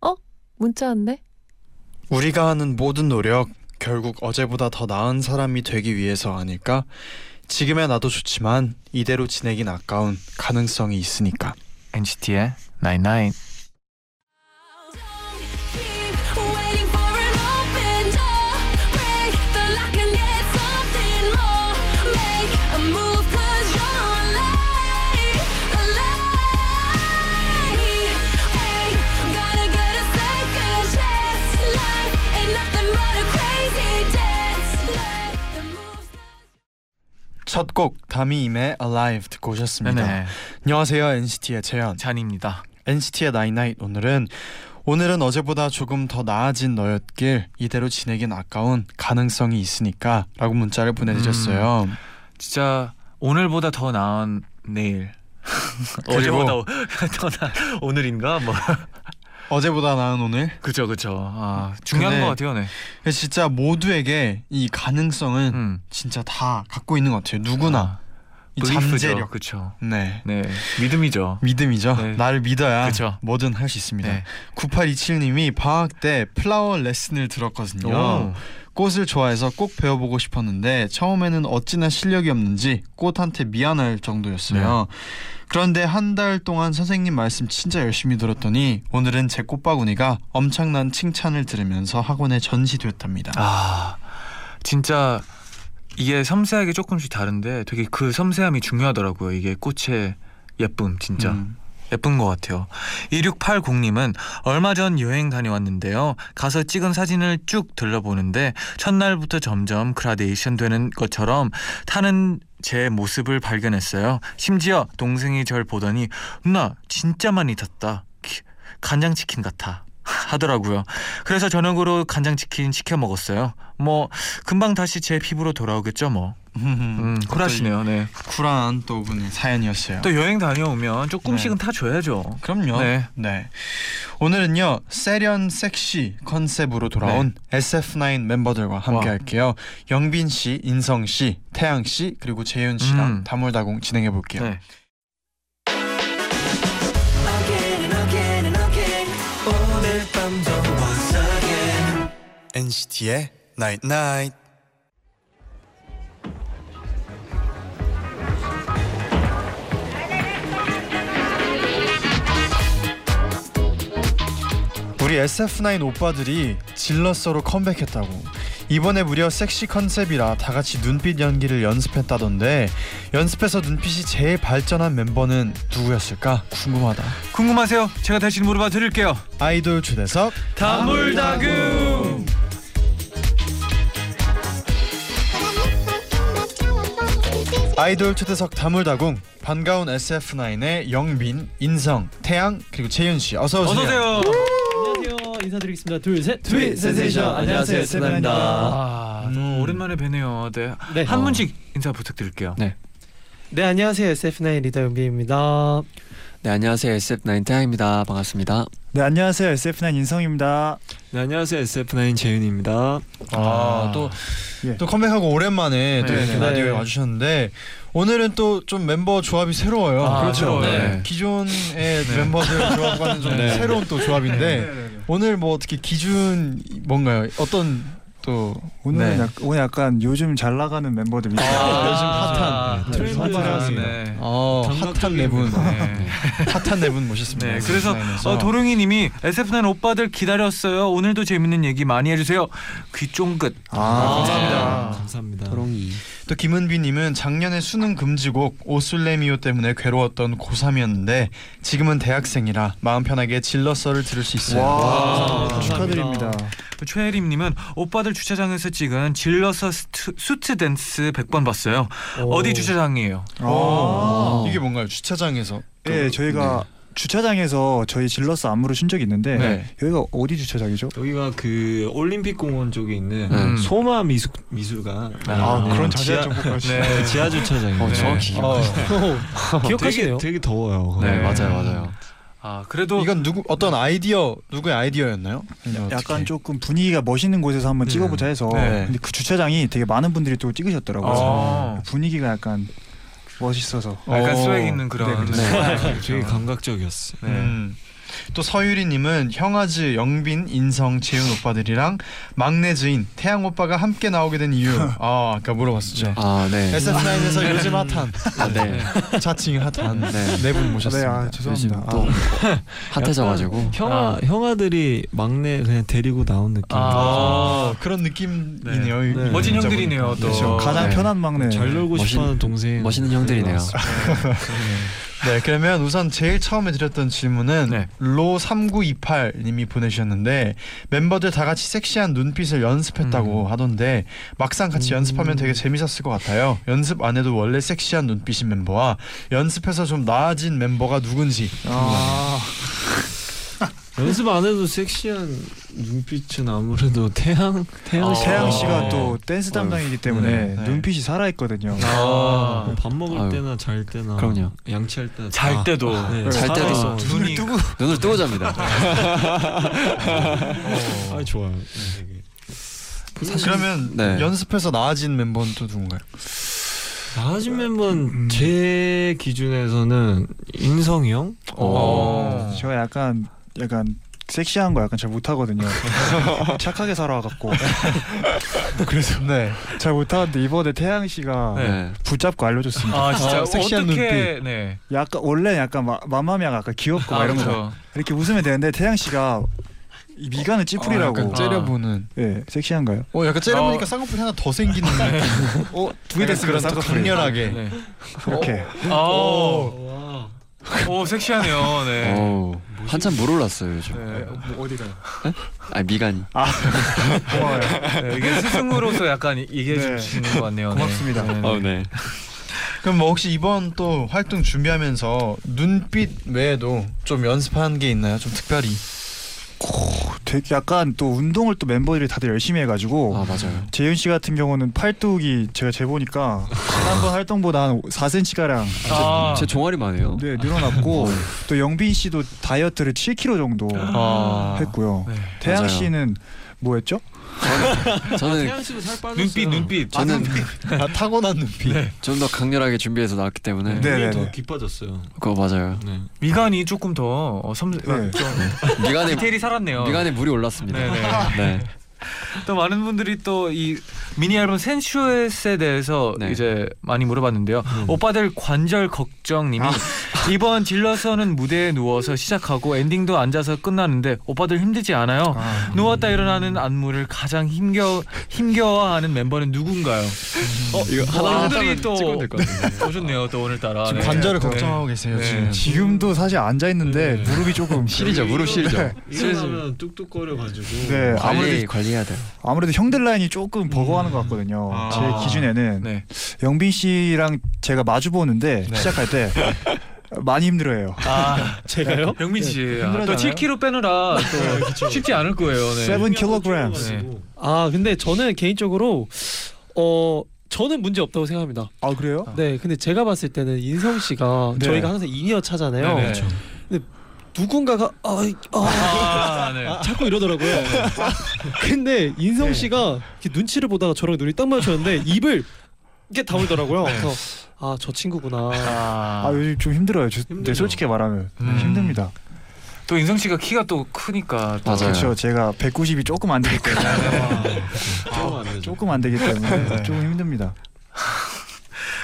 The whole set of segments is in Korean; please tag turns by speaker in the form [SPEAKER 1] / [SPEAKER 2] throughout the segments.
[SPEAKER 1] 어? 문자 왔네?
[SPEAKER 2] 우리가 하는 모든 노력 결국 어제보다 더 나은 사람이 되기 위해서 아닐까? 지금의 나도 좋지만 이대로 지내긴 아까운 가능성이 있으니까.
[SPEAKER 3] NCT의 Night Night.
[SPEAKER 4] Keep waiting for an open door. Break the lock and get something more. Make a move 'cause you're alive, alive. Hey, gotta get a second chance. Life ain't nothing but a crazy dance. Let the moves.
[SPEAKER 2] 첫 곡 다미임의 Alive 듣고 오셨습니다.
[SPEAKER 3] 네네.
[SPEAKER 2] 안녕하세요 NCT의 재현.
[SPEAKER 3] 잔입니다.
[SPEAKER 2] NCT의 나잇나잇 오늘은 오늘은 어제보다 조금 더 나아진 너였길 이대로 지내긴 아까운 가능성이 있으니까라고 문자를 보내드렸어요.
[SPEAKER 3] 음. 진짜 오늘보다 더 나은 내일.
[SPEAKER 2] 그리고-
[SPEAKER 3] 어제보다 오- 더 나. 오늘인가 뭐.
[SPEAKER 2] 어제보다 나은 오늘.
[SPEAKER 3] 그죠 그죠. 아 중요한
[SPEAKER 2] 근데-
[SPEAKER 3] 것 같아요, 네.
[SPEAKER 2] 진짜 모두에게 이 가능성은
[SPEAKER 3] 음.
[SPEAKER 2] 진짜 다 갖고 있는 것 같아요. 누구나 이
[SPEAKER 3] belief죠.
[SPEAKER 2] 잠재력.
[SPEAKER 3] 그쵸.
[SPEAKER 2] 네.
[SPEAKER 3] 네. 믿음이죠.
[SPEAKER 2] 믿음이죠.
[SPEAKER 3] 네.
[SPEAKER 2] 나를 믿어야
[SPEAKER 3] 그쵸.
[SPEAKER 2] 뭐든 할 수 있습니다.
[SPEAKER 3] 네.
[SPEAKER 2] 9827님이 방학 때 플라워 레슨을 들었거든요.
[SPEAKER 3] 오.
[SPEAKER 2] 꽃을 좋아해서 꼭 배워보고 싶었는데 처음에는 어찌나 실력이 없는지 꽃한테 미안할 정도였어요.
[SPEAKER 3] 네.
[SPEAKER 2] 그런데 한 달 동안 선생님 말씀 진짜 열심히 들었더니 오늘은 제 꽃바구니가 엄청난 칭찬을 들으면서 학원에 전시됐답니다.
[SPEAKER 3] 아 진짜 이게 섬세하게 조금씩 다른데 되게 그 섬세함이 중요하더라고요. 이게 꽃의 예쁨 진짜.
[SPEAKER 2] 음.
[SPEAKER 3] 예쁜 것 같아요. 2680님은 얼마 전 여행 다녀왔는데요. 가서 찍은 사진을 쭉 들러보는데 첫날부터 점점 그라데이션 되는 것처럼 타는 제 모습을 발견했어요. 심지어 동생이 절 보더니 누나 진짜 많이 탔다. 키- 간장치킨 같아. 하더라고요. 그래서 저녁으로 간장치킨 시켜 먹었어요. 뭐 금방 다시 제 피부로 돌아오겠죠 뭐. 음, 쿨하시네요. 네.
[SPEAKER 2] 쿨한 또 분의 사연이었어요.
[SPEAKER 3] 또 여행 다녀오면 조금씩은 타줘야죠.
[SPEAKER 2] 그럼요.
[SPEAKER 3] 네.
[SPEAKER 2] 네. 오늘은요 세련 섹시 컨셉으로 돌아온 SF9 멤버들과
[SPEAKER 3] 와.
[SPEAKER 2] 함께할게요. 영빈 씨, 인성 씨, 태양 씨 그리고 재윤 씨랑
[SPEAKER 3] 음.
[SPEAKER 2] 다물다공 진행해 볼게요.
[SPEAKER 3] 네.
[SPEAKER 5] Again and again and again 오늘 밤도 once again
[SPEAKER 2] NCT의 Night Night. 우리 SF9 오빠들이 질러서로 컴백했다고. 이번에 무려 섹시 컨셉이라 다 같이 눈빛 연기를 연습했다던데 연습해서 눈빛이 제일 발전한 멤버는 누구였을까 궁금하다.
[SPEAKER 3] 궁금하세요? 제가 대신 물어봐 드릴게요.
[SPEAKER 2] 아이돌 초대석
[SPEAKER 3] 다물다구.
[SPEAKER 2] 아이돌 초대석 다물다궁 반가운 SF9의 영빈, 인성, 태양 그리고 재윤 씨 어서 오세요.
[SPEAKER 3] 어서 오세요.
[SPEAKER 6] 안녕하세요. 인사드리겠습니다. 둘, 셋.
[SPEAKER 7] 트윗 센세이션. 안녕하세요, 세븐입니다.
[SPEAKER 3] 아,
[SPEAKER 2] 음.
[SPEAKER 3] 오랜만에 뵈네요. 네.
[SPEAKER 6] 네.
[SPEAKER 3] 한 분씩 인사 부탁드릴게요.
[SPEAKER 7] 네.
[SPEAKER 6] 네, 안녕하세요. SF9 리더 용빈입니다.
[SPEAKER 7] 네 안녕하세요 SF9 태양입니다 반갑습니다
[SPEAKER 8] 네 안녕하세요 SF9 인성입니다.
[SPEAKER 7] 네 안녕하세요 SF9 재윤입니다
[SPEAKER 2] 아또또
[SPEAKER 8] 예.
[SPEAKER 2] 컴백하고 오랜만에 또
[SPEAKER 3] 네.
[SPEAKER 2] 이렇게
[SPEAKER 6] 네.
[SPEAKER 2] 라디오에 와주셨는데 오늘은 또 좀 멤버 조합이 새로워요.
[SPEAKER 3] 아, 그렇죠.
[SPEAKER 7] 네.
[SPEAKER 2] 기존의 멤버들 조합과는 좀
[SPEAKER 7] 네.
[SPEAKER 2] 새로운 또 조합인데 오늘 뭐 어떻게 기준 뭔가요? 어떤 또
[SPEAKER 8] 오늘은
[SPEAKER 2] 네.
[SPEAKER 8] 약, 오늘 약간 요즘 잘 나가는 멤버들
[SPEAKER 2] 아,
[SPEAKER 8] 위주로
[SPEAKER 2] 요즘
[SPEAKER 3] 아,
[SPEAKER 2] 핫한.
[SPEAKER 8] 요즘
[SPEAKER 3] 핫한,
[SPEAKER 8] 핫한.
[SPEAKER 3] 네.
[SPEAKER 2] 어, 핫한 네분
[SPEAKER 3] 네.
[SPEAKER 2] 핫한 네분 모셨습니다.
[SPEAKER 3] 네, 그래서
[SPEAKER 2] SF9에서.
[SPEAKER 3] 어, 도룡이님이 SF9 오빠들 기다렸어요. 오늘도 재밌는 얘기 많이 해주세요. 귀 쫑긋.
[SPEAKER 8] 아,
[SPEAKER 7] 아, 네, 감사합니다 감사합니다
[SPEAKER 6] 도롱이.
[SPEAKER 2] 또 김은비님은 작년에 수능 금지곡 오슬레미오 때문에 괴로웠던 고3이었는데 지금은 대학생이라 마음 편하게 질러서를 들을 수 있어요.
[SPEAKER 8] 와
[SPEAKER 6] 감사합니다.
[SPEAKER 8] 축하드립니다.
[SPEAKER 3] 최혜림님은 오빠들 주차장에서 찍은 질러서 스트, 수트 댄스 100번 봤어요. 어디 주차장이에요?
[SPEAKER 2] 오.
[SPEAKER 8] 아.
[SPEAKER 2] 이게 뭔가요? 주차장에서
[SPEAKER 8] 예 저희가 주차장에서 저희 질러스 안무를 춘 적이 있는데
[SPEAKER 3] 네.
[SPEAKER 8] 여기가 어디 주차장이죠?
[SPEAKER 7] 여기가 그 올림픽공원 쪽에 있는
[SPEAKER 3] 음.
[SPEAKER 7] 소마 미술 미술관.
[SPEAKER 8] 아,
[SPEAKER 2] 음,
[SPEAKER 7] 네.
[SPEAKER 8] 그런
[SPEAKER 7] 지하-
[SPEAKER 8] 자세한 정보까지.
[SPEAKER 7] 네, 지하 주차장이에요.
[SPEAKER 3] 어, 정확히
[SPEAKER 6] 어, 기억하시네요.
[SPEAKER 7] 네. 되게, 되게 더워요.
[SPEAKER 3] 네.
[SPEAKER 7] 맞아요, 맞아요.
[SPEAKER 3] 아 그래도
[SPEAKER 2] 이건 누구 어떤 아이디어 누구의 아이디어였나요?
[SPEAKER 8] 약간 조금 분위기가 멋있는 곳에서 한번 찍어보자 해서
[SPEAKER 3] 네.
[SPEAKER 8] 근데 그 주차장이 되게 많은 분들이 또 찍으셨더라고요.
[SPEAKER 3] 아.
[SPEAKER 8] 분위기가 약간 멋있어서
[SPEAKER 3] 약간
[SPEAKER 2] 어.
[SPEAKER 3] 스웩 있는 그런
[SPEAKER 8] 네,
[SPEAKER 7] 되게 감각적이었어요.
[SPEAKER 3] 네.
[SPEAKER 2] 음. 또 서유리님은 형아즈, 영빈, 인성, 재윤 오빠들이랑 막내 지인 태양 오빠가 함께 나오게 된 이유 아 아까 물어봤었죠.
[SPEAKER 7] 아, 네.
[SPEAKER 2] SF9에서 요즘 핫한
[SPEAKER 7] 아, 네.
[SPEAKER 2] 자칭 핫한
[SPEAKER 7] 네.
[SPEAKER 2] 네 분
[SPEAKER 8] 네,
[SPEAKER 2] 모셨습니다.
[SPEAKER 8] 아, 죄송합니다. 아,
[SPEAKER 7] 핫해져가지고 형아 형아들이 막내 그냥 데리고 나온 느낌.
[SPEAKER 3] 아.
[SPEAKER 2] 어, 그런 느낌이네요.
[SPEAKER 7] 네.
[SPEAKER 2] 네.
[SPEAKER 3] 멋진
[SPEAKER 2] 진짜
[SPEAKER 3] 형들이네요
[SPEAKER 2] 보니까.
[SPEAKER 3] 또.
[SPEAKER 8] 그렇죠. 가장
[SPEAKER 7] 네.
[SPEAKER 8] 편한 막내.
[SPEAKER 7] 잘 놀고
[SPEAKER 9] 멋있-
[SPEAKER 7] 싶어하는 동생.
[SPEAKER 9] 멋있는 형들이네요.
[SPEAKER 2] 네, 그러면 우선 제일 처음에 드렸던 질문은
[SPEAKER 3] 네.
[SPEAKER 2] 로3928님이 보내주셨는데 멤버들 다 같이 섹시한 눈빛을 연습했다고 하던데 막상 같이 연습하면 되게 재밌었을 것 같아요. 연습 안 해도 원래 섹시한 눈빛인 멤버와 연습해서 좀 나아진 멤버가 누군지.
[SPEAKER 8] 아,
[SPEAKER 7] 연습 안 해도 섹시한 눈빛은 아무래도 태양 태양 씨.
[SPEAKER 8] 태양
[SPEAKER 3] 어.
[SPEAKER 8] 씨가 또 댄스 담당이기 때문에
[SPEAKER 2] 네, 네.
[SPEAKER 8] 눈빛이 살아있거든요.
[SPEAKER 3] 아.
[SPEAKER 7] 밥 먹을
[SPEAKER 9] 아유.
[SPEAKER 7] 때나 잘 때나
[SPEAKER 9] 그럼요.
[SPEAKER 7] 양치할 때나
[SPEAKER 3] 잘
[SPEAKER 7] 다.
[SPEAKER 3] 때도
[SPEAKER 7] 네,
[SPEAKER 9] 잘 때도
[SPEAKER 7] 살아있어.
[SPEAKER 3] 아. 눈이 뜨고
[SPEAKER 9] 눈을 뜨고 잡니다.
[SPEAKER 7] 아 좋아요. 네, 되게.
[SPEAKER 2] 그러면
[SPEAKER 9] 네.
[SPEAKER 2] 연습해서 나아진 멤버는 또 누군가요?
[SPEAKER 7] 나아진 멤버는 제 기준에서는 인성이 형.
[SPEAKER 3] 어.
[SPEAKER 8] 저 약간 약간 섹시한 거 약간 잘 못하거든요. 착하게 살아와갖고
[SPEAKER 2] 그래서 네.
[SPEAKER 8] 잘 못하는데 이번에 태양 씨가
[SPEAKER 9] 네.
[SPEAKER 8] 붙잡고 알려줬습니다.
[SPEAKER 3] 아
[SPEAKER 2] 아, 섹시한
[SPEAKER 3] 어떻게 네.
[SPEAKER 8] 약간 원래 약간 마- 맘마미아가 약간 귀엽고 막
[SPEAKER 3] 아,
[SPEAKER 8] 뭐 이런 거
[SPEAKER 3] 그렇죠.
[SPEAKER 8] 이렇게 웃으면 되는데 태양 씨가 이 미간을 찌푸리라고
[SPEAKER 7] 아,
[SPEAKER 2] 약간 째려보는.
[SPEAKER 8] 예 섹시한가요?
[SPEAKER 2] 어, 약간 째려보니까
[SPEAKER 3] 어.
[SPEAKER 2] 쌍꺼풀 하나 더 생기는. 어두개
[SPEAKER 8] 됐습니다, 쌍꺼풀이.
[SPEAKER 2] 강렬하게.
[SPEAKER 3] 네.
[SPEAKER 8] 이렇게
[SPEAKER 3] 어? 오.
[SPEAKER 7] 와.
[SPEAKER 3] 오 섹시하네요. 네.
[SPEAKER 9] 어우, 한참 물 올랐어요 요즘.
[SPEAKER 3] 네. 어디가요?
[SPEAKER 9] 아 미간이.
[SPEAKER 8] 고마워요.
[SPEAKER 3] 네, 이게 스승으로서 약간 얘기해
[SPEAKER 8] 네.
[SPEAKER 3] 주시는 것 같네요. 네.
[SPEAKER 8] 고맙습니다.
[SPEAKER 3] 네.
[SPEAKER 9] 네.
[SPEAKER 2] 그럼 뭐 혹시 이번 또 활동 준비하면서 눈빛 외에도 좀 연습한 게 있나요? 좀 특별히
[SPEAKER 8] 되게 약간 또 운동을 또 멤버들이 다들 열심히 해가지고
[SPEAKER 9] 아 맞아요.
[SPEAKER 8] 재윤 씨 같은 경우는 팔뚝이 제가 재보니까 지난번 활동보다 한 4cm 가량
[SPEAKER 3] 아.
[SPEAKER 9] 제 종아리 많아요.
[SPEAKER 8] 네, 늘어났고 또 영빈 씨도 다이어트를 7kg 정도
[SPEAKER 3] 아.
[SPEAKER 8] 했고요.
[SPEAKER 3] 네.
[SPEAKER 8] 태양
[SPEAKER 9] 맞아요.
[SPEAKER 8] 씨는 뭐였죠?
[SPEAKER 9] 저는
[SPEAKER 7] 아, 태양 씨도 살 빠졌어요.
[SPEAKER 3] 눈빛 눈빛.
[SPEAKER 9] 저는
[SPEAKER 2] 아, 타고난 눈빛.
[SPEAKER 9] 좀 더 강렬하게 준비해서 나왔기
[SPEAKER 8] 네.
[SPEAKER 9] 때문에
[SPEAKER 7] 눈이 더
[SPEAKER 8] 네네네.
[SPEAKER 7] 깊어졌어요.
[SPEAKER 9] 그거 맞아요.
[SPEAKER 7] 네.
[SPEAKER 3] 미간이 조금 더 어, 섬
[SPEAKER 8] 네.
[SPEAKER 3] 좀
[SPEAKER 9] 미간에
[SPEAKER 3] 디테일이 살았네요.
[SPEAKER 9] 미간에 물이 올랐습니다.
[SPEAKER 3] 네네.
[SPEAKER 9] 네.
[SPEAKER 3] 또 많은 분들이 또 이 미니 앨범 센슈엣에 대해서
[SPEAKER 9] 네.
[SPEAKER 3] 이제 많이 물어봤는데요. 오빠들 관절 걱정님이 이번 질러서는 무대에 누워서 시작하고 엔딩도 앉아서 끝나는데 오빠들 힘들지 않아요? 누웠다 일어나는 안무를 가장 힘겨 힘겨워하는 멤버는 누군가요? 어 이거 분들이 또 보셨네요. 또 오늘따라
[SPEAKER 2] 지금
[SPEAKER 3] 네.
[SPEAKER 2] 관절을
[SPEAKER 3] 네.
[SPEAKER 2] 걱정하고 계세요
[SPEAKER 3] 네.
[SPEAKER 2] 지금.
[SPEAKER 8] 지금도 사실 앉아 있는데
[SPEAKER 7] 네.
[SPEAKER 8] 무릎이 조금
[SPEAKER 9] 실이죠 무릎 실이죠.
[SPEAKER 7] 일어나면 뚝뚝거려 가지고.
[SPEAKER 8] 네
[SPEAKER 9] 관리
[SPEAKER 8] 아무래도
[SPEAKER 9] 관리해야 돼요.
[SPEAKER 8] 아무래도 형들 라인이 조금 버거워하는 것 같거든요.
[SPEAKER 2] 아.
[SPEAKER 8] 제 기준에는
[SPEAKER 3] 네.
[SPEAKER 8] 영빈 씨랑 제가 마주 보는데
[SPEAKER 2] 네.
[SPEAKER 8] 시작할 때 많이 힘들어요.
[SPEAKER 3] 아
[SPEAKER 6] 제가요?
[SPEAKER 3] 영민 씨, 아, 또
[SPEAKER 8] 힘들어하잖아요.
[SPEAKER 3] 7kg 빼느라 또 쉽지 않을 거예요. 네.
[SPEAKER 8] 7
[SPEAKER 7] 그냥
[SPEAKER 8] kilograms.
[SPEAKER 7] 찔러가지고.
[SPEAKER 6] 아 근데 저는 개인적으로 어 저는 문제 없다고 생각합니다.
[SPEAKER 8] 아 그래요?
[SPEAKER 6] 네, 근데 제가 봤을 때는 인성 씨가
[SPEAKER 8] 네.
[SPEAKER 6] 저희가 항상 인이어 차잖아요.
[SPEAKER 3] 네네.
[SPEAKER 6] 누군가가 아, 아
[SPEAKER 3] 아, 네.
[SPEAKER 6] 자꾸 이러더라고요. 네. 근데 인성 씨가 이렇게 눈치를 보다가 저랑 눈이 딱 맞췄는데 입을 이렇게 다물더라고요. 그래서 아 저 친구구나.
[SPEAKER 8] 아 요즘 좀 힘들어요. 저, 네,
[SPEAKER 7] 힘들죠.
[SPEAKER 8] 솔직히 말하면
[SPEAKER 3] 음.
[SPEAKER 8] 힘듭니다.
[SPEAKER 3] 또 인성 씨가 키가 또 크니까 또
[SPEAKER 9] 맞아요.
[SPEAKER 8] 그렇죠. 제가 190이 조금 안 되기 때문에
[SPEAKER 7] 아, 아,
[SPEAKER 8] 조금 안 되기 때문에 조금 힘듭니다.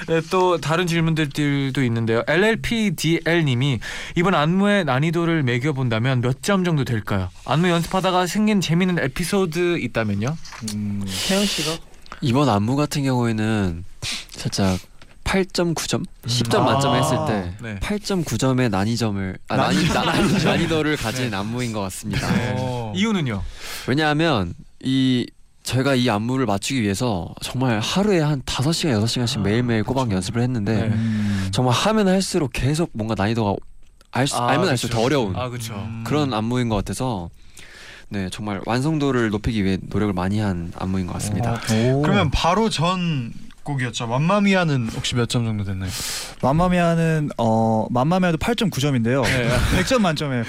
[SPEAKER 3] 네, 또 다른 질문들도 있는데요. LLPDL님이 이번 안무의 난이도를 매겨본다면 몇 점 정도 될까요? 안무 연습하다가 생긴 재미있는 에피소드 있다면요?
[SPEAKER 8] 음.
[SPEAKER 6] 태양 씨가
[SPEAKER 9] 이번 안무 같은 경우에는 살짝 8.9점, 10점 만점에 했을 때
[SPEAKER 3] 네.
[SPEAKER 9] 8.9점의 난이점을 아, 난이, 난, 난이도를 가진 안무인 것 같습니다.
[SPEAKER 2] 어.
[SPEAKER 3] 이유는요?
[SPEAKER 9] 왜냐하면 이 저희가 이 안무를 맞추기 위해서 정말 하루에 한 5시간 6시간씩 매일매일 꼬박 연습을 했는데
[SPEAKER 3] 네.
[SPEAKER 9] 정말 하면 할수록 계속 뭔가 난이도가 알 수,
[SPEAKER 3] 아,
[SPEAKER 9] 알면 알수록 더 어려운
[SPEAKER 3] 아 그렇죠.
[SPEAKER 9] 음. 그런 안무인 것 같아서 네 정말 완성도를 높이기 위해 노력을 많이 한 안무인 것 같습니다.
[SPEAKER 8] 어,
[SPEAKER 2] 그러면 바로 전 곡이었죠. 맘마미아는 혹시 몇 점 정도 됐나요?
[SPEAKER 8] 맘마미아는 어 맘마미아도 8.9점인데요. 100점 만점에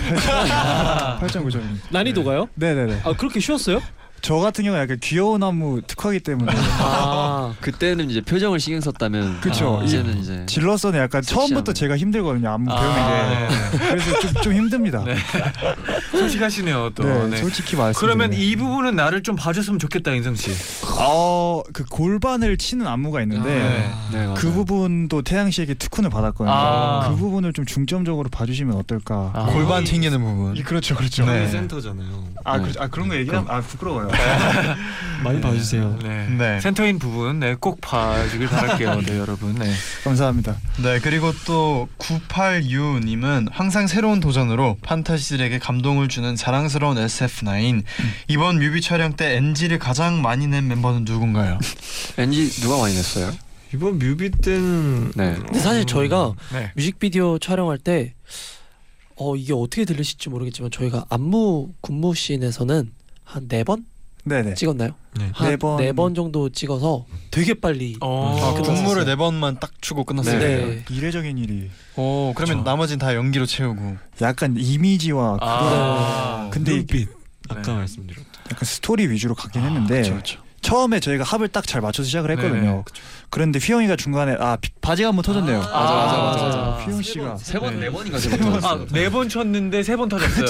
[SPEAKER 8] 8.9점입니다.
[SPEAKER 6] 난이도가요?
[SPEAKER 8] 네네네.
[SPEAKER 6] 아 그렇게 쉬웠어요?
[SPEAKER 8] 저 같은 경우는 약간 귀여운 안무 특화기 때문에
[SPEAKER 6] 아
[SPEAKER 9] 그때는 이제 표정을 신경 썼다면
[SPEAKER 8] 그쵸.
[SPEAKER 9] 아, 이제는 이제
[SPEAKER 8] 질러서는 약간 처음부터
[SPEAKER 9] 섹시한.
[SPEAKER 8] 제가 힘들거든요 안무 배우는
[SPEAKER 3] 아,
[SPEAKER 8] 게 그래서 좀, 좀 힘듭니다.
[SPEAKER 3] 네.
[SPEAKER 8] 네,
[SPEAKER 3] 솔직하시네요 또. 네.
[SPEAKER 8] 솔직히 말씀.
[SPEAKER 3] 그러면 이 부분은 나를 좀 봐줬으면 좋겠다 인성 씨.
[SPEAKER 8] 어그 골반을 치는 안무가 있는데
[SPEAKER 9] 네, 맞아요.
[SPEAKER 8] 그 부분도 태양 씨에게 특훈을 받았거든요.
[SPEAKER 3] 아.
[SPEAKER 8] 그 부분을 좀 중점적으로 봐주시면 어떨까.
[SPEAKER 3] 아.
[SPEAKER 2] 골반 튕기는 부분.
[SPEAKER 8] 이- 그렇죠 그렇죠.
[SPEAKER 2] 네.
[SPEAKER 7] 센터잖아요.
[SPEAKER 3] 네.
[SPEAKER 8] 아, 그, 아 그런 거 얘기하면 아 부끄러워요.
[SPEAKER 7] 많이 봐주세요.
[SPEAKER 3] 네.
[SPEAKER 2] 네.
[SPEAKER 3] 센터인 부분 네, 꼭 봐주길 바랄게요, 네, 여러분. 네.
[SPEAKER 8] 감사합니다.
[SPEAKER 2] 네 그리고 또 9865님은 항상 새로운 도전으로 판타지들에게 감동을 주는 자랑스러운 SF9 이번 뮤비 촬영 때 NG를 가장 많이 낸 멤버는 누군가요?
[SPEAKER 9] 왠지 누가 많이 냈어요?
[SPEAKER 7] 이번 뮤비 때는
[SPEAKER 9] 네.
[SPEAKER 7] 근데 사실 저희가
[SPEAKER 3] 네.
[SPEAKER 10] 뮤직비디오 촬영할 때 어, 이게 어떻게 들리실지 모르겠지만 저희가 안무 군무 씬에서는 한 네 번
[SPEAKER 8] 네네.
[SPEAKER 10] 찍었나요?
[SPEAKER 7] 네.
[SPEAKER 10] 한
[SPEAKER 8] 네 번.
[SPEAKER 10] 네 번 정도 찍어서 되게 빨리
[SPEAKER 3] 어.
[SPEAKER 10] 아,
[SPEAKER 8] 그렇죠.
[SPEAKER 2] 군무를 네 번만 딱 주고 끝났어요.
[SPEAKER 10] 네.
[SPEAKER 8] 이례적인 일이
[SPEAKER 2] 오 그러면
[SPEAKER 3] 그쵸.
[SPEAKER 2] 나머지는 다 연기로 채우고.
[SPEAKER 8] 약간 이미지와
[SPEAKER 3] 아. 네.
[SPEAKER 8] 근데 이게
[SPEAKER 7] 눈빛 그 아까 말씀드렸던
[SPEAKER 8] 약간 스토리 위주로 가긴 했는데
[SPEAKER 2] 그렇죠.
[SPEAKER 8] 처음에 저희가 합을 딱 잘 맞춰서 시작을
[SPEAKER 3] 아, 네네,
[SPEAKER 8] 했거든요. 그런데 휘영이가 중간에 아 비- 바지가 한번 터졌네요.
[SPEAKER 3] 맞아, 맞아, 맞아, 맞아.
[SPEAKER 8] 휘영 씨가
[SPEAKER 9] 세
[SPEAKER 3] 번, 네
[SPEAKER 9] 번인가
[SPEAKER 3] 아, 네 번 쳤는데 세 번 터졌어요.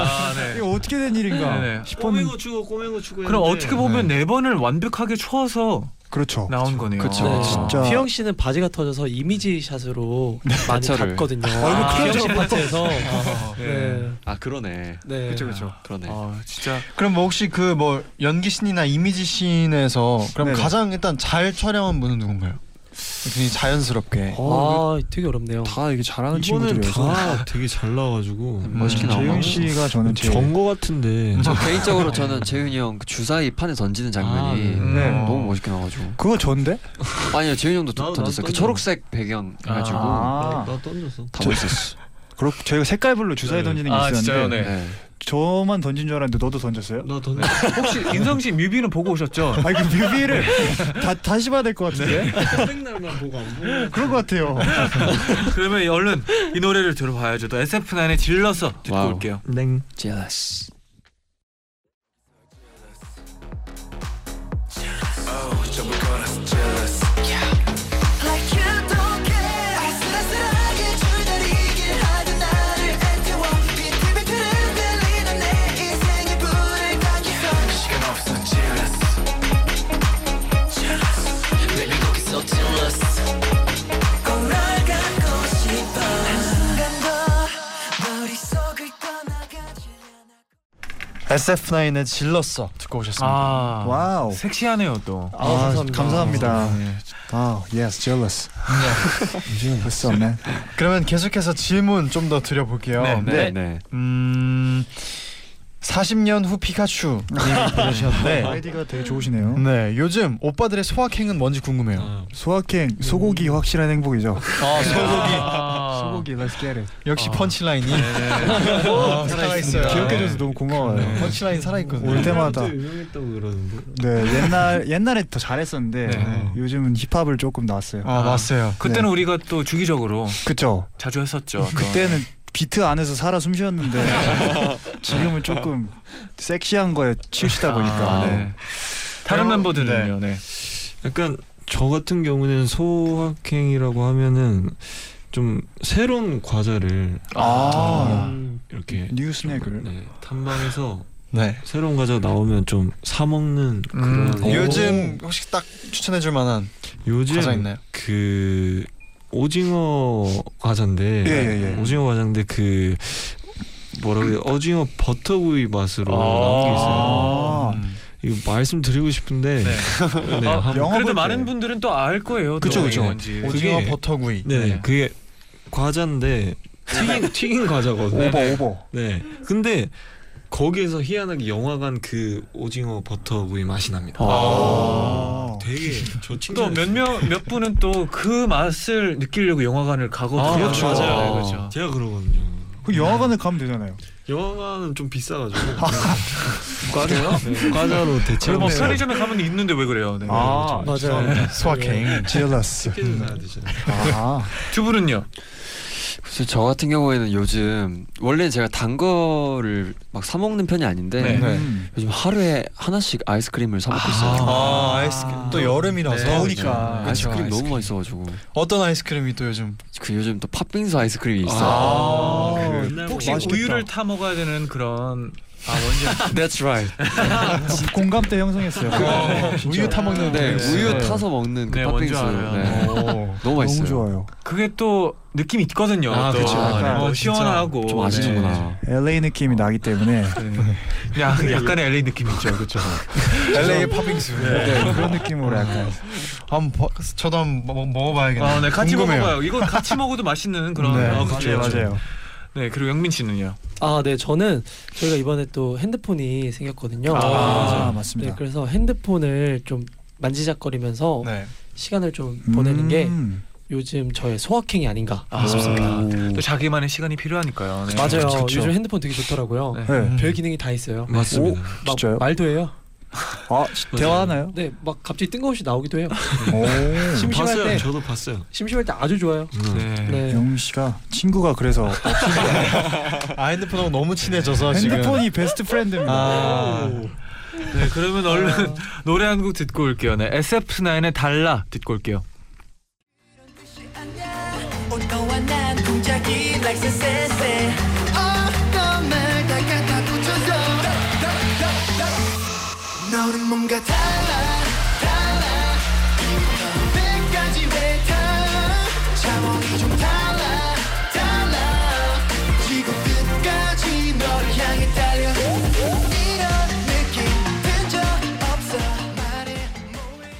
[SPEAKER 3] 아, 네.
[SPEAKER 8] 이거 어떻게 된 일인가
[SPEAKER 3] 네네.
[SPEAKER 8] 싶었는데
[SPEAKER 7] 추고 꼬맹이 추고
[SPEAKER 3] 그럼 어떻게 보면 네 번을 완벽하게 쳐서
[SPEAKER 8] 그렇죠.
[SPEAKER 3] 나온 거네요. 아,
[SPEAKER 9] 그쵸.
[SPEAKER 10] 네.
[SPEAKER 8] 진짜.
[SPEAKER 10] 휘영 씨는 바지가 터져서 이미지 샷으로 많이
[SPEAKER 9] 가차를.
[SPEAKER 10] 갔거든요. 아,
[SPEAKER 3] 얼굴
[SPEAKER 10] 휘영
[SPEAKER 3] 크게
[SPEAKER 10] 씨 파트에서
[SPEAKER 3] 네.
[SPEAKER 10] 네.
[SPEAKER 9] 아 그러네.
[SPEAKER 10] 네.
[SPEAKER 3] 그쵸, 그쵸.
[SPEAKER 9] 그러네.
[SPEAKER 3] 아, 진짜
[SPEAKER 2] 그럼 뭐 혹시 그 뭐 연기 씬이나 이미지 씬에서 그럼
[SPEAKER 8] 네네.
[SPEAKER 2] 가장 일단 잘 촬영한 분은 누군가요? 굉장히 자연스럽게.
[SPEAKER 8] 어?
[SPEAKER 10] 아, 되게 어렵네요.
[SPEAKER 8] 다 이게 잘하는
[SPEAKER 7] 이번엔
[SPEAKER 8] 친구들이어서 음,
[SPEAKER 7] 다 되게 잘
[SPEAKER 10] 음.
[SPEAKER 7] 나와가지고
[SPEAKER 9] 멋있게 음. 나오고. 음.
[SPEAKER 8] 재윤 씨가 저는 제일
[SPEAKER 7] 전거 같은데
[SPEAKER 9] 저 개인적으로 저는 재윤이 형 그 주사위 판에 던지는 장면이
[SPEAKER 7] 아,
[SPEAKER 8] 네.
[SPEAKER 9] 너무 멋있게 나와가지고
[SPEAKER 8] 그거 전데?
[SPEAKER 9] 아니요 재윤이 형도
[SPEAKER 7] 나도- 나도
[SPEAKER 9] 던졌어요 그
[SPEAKER 7] 던져.
[SPEAKER 9] 초록색 배경 해가지고
[SPEAKER 8] 아,
[SPEAKER 7] 나, 나 던졌어
[SPEAKER 9] 다 멋있었어
[SPEAKER 8] 그렇고 저희가 색깔별로 주사위 던지는 게
[SPEAKER 3] 아,
[SPEAKER 8] 있었는데
[SPEAKER 3] 진짜요? 네.
[SPEAKER 9] 네.
[SPEAKER 8] 저만 던진 줄 알았는데 너도 던졌어요?
[SPEAKER 7] 나 던졌어
[SPEAKER 3] 혹시 인성 씨 뮤비는 보고 오셨죠?
[SPEAKER 8] 아니 그 뮤비를 다 다시 봐야 될 것 같은데 어,
[SPEAKER 7] 날만 보고 안 보고
[SPEAKER 8] 그럴 것 같아요.
[SPEAKER 3] 그러면 얼른 이 노래를 들어봐야죠. 또 SF9의 질러서 듣고
[SPEAKER 9] 와우.
[SPEAKER 3] 올게요.
[SPEAKER 7] 냉
[SPEAKER 9] Jealous
[SPEAKER 4] Like you don't care 아슬아슬하게 줄다리긴 하던 나를 애태워 빈틈이 그름 들리는 내 인생의 불을 당겨 시간 없어 jealous jealous Baby 거기서 jealous 올라가고 싶어 한순간도 머릿속을 떠나가지 않아
[SPEAKER 2] SF9의 질렀어 듣고 오셨습니다.
[SPEAKER 3] 아,
[SPEAKER 8] 와우.
[SPEAKER 3] 섹시하네요 또.
[SPEAKER 8] 아, 감사합니다. 아, yes, jealous. 네. 벌써 없네.
[SPEAKER 2] 그러면 계속해서 질문 좀 더 드려볼게요.
[SPEAKER 3] 네, 네.
[SPEAKER 9] 네.
[SPEAKER 2] 음, 40년 후 피카츄 님이 보내셨는데
[SPEAKER 8] 아이디가 되게 좋으시네요.
[SPEAKER 2] 네, 요즘 오빠들의 소확행은 뭔지 궁금해요.
[SPEAKER 7] 아,
[SPEAKER 8] 음. 소확행 소고기 확실한 행복이죠.
[SPEAKER 2] 아, 소고기.
[SPEAKER 8] 소고기 let's get it.
[SPEAKER 2] 역시 펀치라인이 아, 살아있어요.
[SPEAKER 8] 네, 기억해줘서 너무 고마워요.
[SPEAKER 2] 네. 펀치라인 살아있거든요.
[SPEAKER 8] 그 올 때마다
[SPEAKER 7] 유명했다고 그러는데
[SPEAKER 8] 네 옛날 옛날에 더 잘했었는데
[SPEAKER 3] 네.
[SPEAKER 8] 요즘은 힙합을 조금 나왔어요.
[SPEAKER 2] 아, 맞아요.
[SPEAKER 3] 그때는
[SPEAKER 8] 네.
[SPEAKER 3] 우리가 또 주기적으로
[SPEAKER 8] 그쵸?
[SPEAKER 3] 자주 했었죠. 또.
[SPEAKER 8] 그때는 비트 안에서 살아 숨쉬었는데 지금은 조금 섹시한 거에 치우치다 보니까.
[SPEAKER 3] 아,
[SPEAKER 8] 네.
[SPEAKER 3] 네. 다른
[SPEAKER 2] 네.
[SPEAKER 3] 멤버들은요. 네.
[SPEAKER 7] 약간 저 같은 경우는 소확행이라고 하면은 좀 새로운 과자를
[SPEAKER 8] 아,
[SPEAKER 10] 음,
[SPEAKER 7] 이렇게
[SPEAKER 8] 뉴 스낵을.
[SPEAKER 7] 네, 탐방해서
[SPEAKER 2] 네.
[SPEAKER 7] 새로운 과자 나오면 좀 사 먹는
[SPEAKER 3] 음,
[SPEAKER 7] 그런
[SPEAKER 2] 어. 요즘 혹시 딱 추천해줄 만한
[SPEAKER 7] 요즘
[SPEAKER 2] 과자 있나요?
[SPEAKER 7] 그 오징어 과자인데
[SPEAKER 8] 예, 예, 예.
[SPEAKER 7] 오징어 과자인데 그 뭐라 그래 오징어 버터구이 맛으로
[SPEAKER 3] 아.
[SPEAKER 7] 나온 게 있어요.
[SPEAKER 8] 아,
[SPEAKER 2] 음.
[SPEAKER 7] 이거 말씀드리고 싶은데
[SPEAKER 3] 네.
[SPEAKER 7] 네, 한-
[SPEAKER 8] 영어
[SPEAKER 3] 그래도
[SPEAKER 8] 볼
[SPEAKER 3] 많은
[SPEAKER 8] 때.
[SPEAKER 3] 분들은 또 알 거예요. 또
[SPEAKER 7] 그쵸, 그쵸.
[SPEAKER 3] 뭔지.
[SPEAKER 7] 그게-
[SPEAKER 2] 오징어 버터구이.
[SPEAKER 7] 네,
[SPEAKER 3] 네.
[SPEAKER 7] 그게 과자인데 튀긴 튀긴 과자거든요.
[SPEAKER 8] 오버 오버.
[SPEAKER 7] 네. 근데 거기에서 희한하게 영화관 그 오징어 버터구이 맛이 납니다.
[SPEAKER 8] 아.
[SPEAKER 7] 되게 저 친구
[SPEAKER 3] 또 몇몇 몇 분은 또 그 맛을 느끼려고 영화관을 가거든요.
[SPEAKER 7] 아, 그렇죠.
[SPEAKER 3] 맞아요.
[SPEAKER 7] 맞아요.
[SPEAKER 3] 네, 그렇죠.
[SPEAKER 7] 제가 그러거든요.
[SPEAKER 8] 그 영화관에 가면 되잖아요.
[SPEAKER 7] 영화는 좀 비싸가지고
[SPEAKER 9] 과자요?
[SPEAKER 7] 네, 과자로 대체.
[SPEAKER 3] 뭐 편의점에 가면 있는데 왜 그래요? 네.
[SPEAKER 8] 아,
[SPEAKER 6] 맞아요.
[SPEAKER 2] 소확행.
[SPEAKER 8] 제라스.
[SPEAKER 7] 치킨을 사야 되잖아요.
[SPEAKER 8] 네. 아,
[SPEAKER 3] 튜브는요?
[SPEAKER 9] 글쎄 저 같은 경우에는 요즘 원래 제가 단 거를 막 사 먹는 편이 아닌데
[SPEAKER 3] 네.
[SPEAKER 8] 음.
[SPEAKER 9] 요즘 하루에 하나씩 아이스크림을 사 먹고 있어요.
[SPEAKER 2] 아, 아이스크림 또 여름이라서
[SPEAKER 3] 네,
[SPEAKER 9] 아,
[SPEAKER 2] 더우니까
[SPEAKER 9] 이스크림 너무 맛있어가지고
[SPEAKER 2] 어떤 아이스크림이 또 요즘
[SPEAKER 9] 그 요즘 또 팥빙수 아이스크림이 있어.
[SPEAKER 2] 아,
[SPEAKER 8] 네.
[SPEAKER 3] 그 혹시
[SPEAKER 8] 맛있겠다.
[SPEAKER 3] 우유를 타 먹어야 되는 그런 아,
[SPEAKER 9] That's right.
[SPEAKER 8] 공감대 형성했어요.
[SPEAKER 2] 그,
[SPEAKER 8] 아,
[SPEAKER 2] 우유 타 먹는
[SPEAKER 9] 네,
[SPEAKER 2] 거.
[SPEAKER 9] 우유 타서 먹는 그
[SPEAKER 3] 네, 뭔지
[SPEAKER 9] 팥빙수.
[SPEAKER 3] 알아요.
[SPEAKER 9] 네.
[SPEAKER 8] 오,
[SPEAKER 9] 너무
[SPEAKER 8] 너무
[SPEAKER 9] 맛있어요.
[SPEAKER 8] 좋아요.
[SPEAKER 3] 그게 또 느낌이 있거든요.
[SPEAKER 9] 아,
[SPEAKER 3] 또.
[SPEAKER 9] 그쵸.
[SPEAKER 8] 약간
[SPEAKER 3] 뭐
[SPEAKER 2] 진짜
[SPEAKER 3] 시원하고
[SPEAKER 9] 좀 아시는구나.
[SPEAKER 8] LA 느낌이 나기 때문에
[SPEAKER 3] 네. 야, 약간의 LA 느낌 있죠, 그렇죠.
[SPEAKER 2] LA 팥빙수.
[SPEAKER 8] 네, 그런 느낌으로 약간
[SPEAKER 2] 한번 봐- 저도 한번 먹- 먹어봐야겠네요.
[SPEAKER 3] 아, 네, 같이
[SPEAKER 2] 궁금해요.
[SPEAKER 3] 먹어봐요. 이거 같이 먹어도 맛있는 그런.
[SPEAKER 8] 네,
[SPEAKER 3] 아,
[SPEAKER 8] 네,
[SPEAKER 3] 그쵸, 그쵸.
[SPEAKER 8] 맞아요.
[SPEAKER 3] 네, 그리고 영민 씨는요.
[SPEAKER 10] 아, 네. 저는 저희가 이번에 또 핸드폰이 생겼거든요.
[SPEAKER 8] 아,
[SPEAKER 3] 아,
[SPEAKER 10] 네,
[SPEAKER 8] 맞습니다.
[SPEAKER 10] 그래서 핸드폰을 좀 만지작거리면서
[SPEAKER 2] 네.
[SPEAKER 10] 시간을 좀 보내는 게
[SPEAKER 8] 음.
[SPEAKER 10] 요즘 저의 소확행이 아닌가
[SPEAKER 3] 아,
[SPEAKER 10] 싶습니다.
[SPEAKER 3] 또 자기만의 시간이 필요하니까요. 네.
[SPEAKER 10] 맞아요.
[SPEAKER 8] 그렇죠, 그쵸.
[SPEAKER 10] 요즘 핸드폰 되게 좋더라고요.
[SPEAKER 3] 네.
[SPEAKER 2] 음.
[SPEAKER 8] 네.
[SPEAKER 10] 별 기능이 다 있어요.
[SPEAKER 9] 맞습니다.
[SPEAKER 10] 막
[SPEAKER 8] 진짜요?
[SPEAKER 10] 말도 해요.
[SPEAKER 8] 아, 대화하나요?
[SPEAKER 10] 네, 막 갑자기 뜬금없이 나오기도 해요.
[SPEAKER 8] 오.
[SPEAKER 10] 심심할
[SPEAKER 7] 봤어요.
[SPEAKER 10] 때
[SPEAKER 7] 저도 봤어요.
[SPEAKER 10] 심심할 때 아주 좋아요.
[SPEAKER 3] 네.
[SPEAKER 10] 네.
[SPEAKER 8] 영민 씨가 친구가 그래서
[SPEAKER 2] 아 핸드폰하고 너무 친해져서 아, 지금.
[SPEAKER 8] 핸드폰이 베스트 프렌드입니다.
[SPEAKER 2] 아.
[SPEAKER 3] 네, 그러면 얼른 노래 한 곡 듣고 올게요. 네, SF9의 달라 듣고 올게요.
[SPEAKER 5] 온 너와 난 동작이 like 쎄쎄쎄 어떤 말 다가다 고쳐줘 너는 뭔가 달라 달라 이부터 끝까지 왜다 차원이 좀 달라 달라 지구 끝까지 너를 향해 달려 이런 느낌 든적 없어 말해 뭐해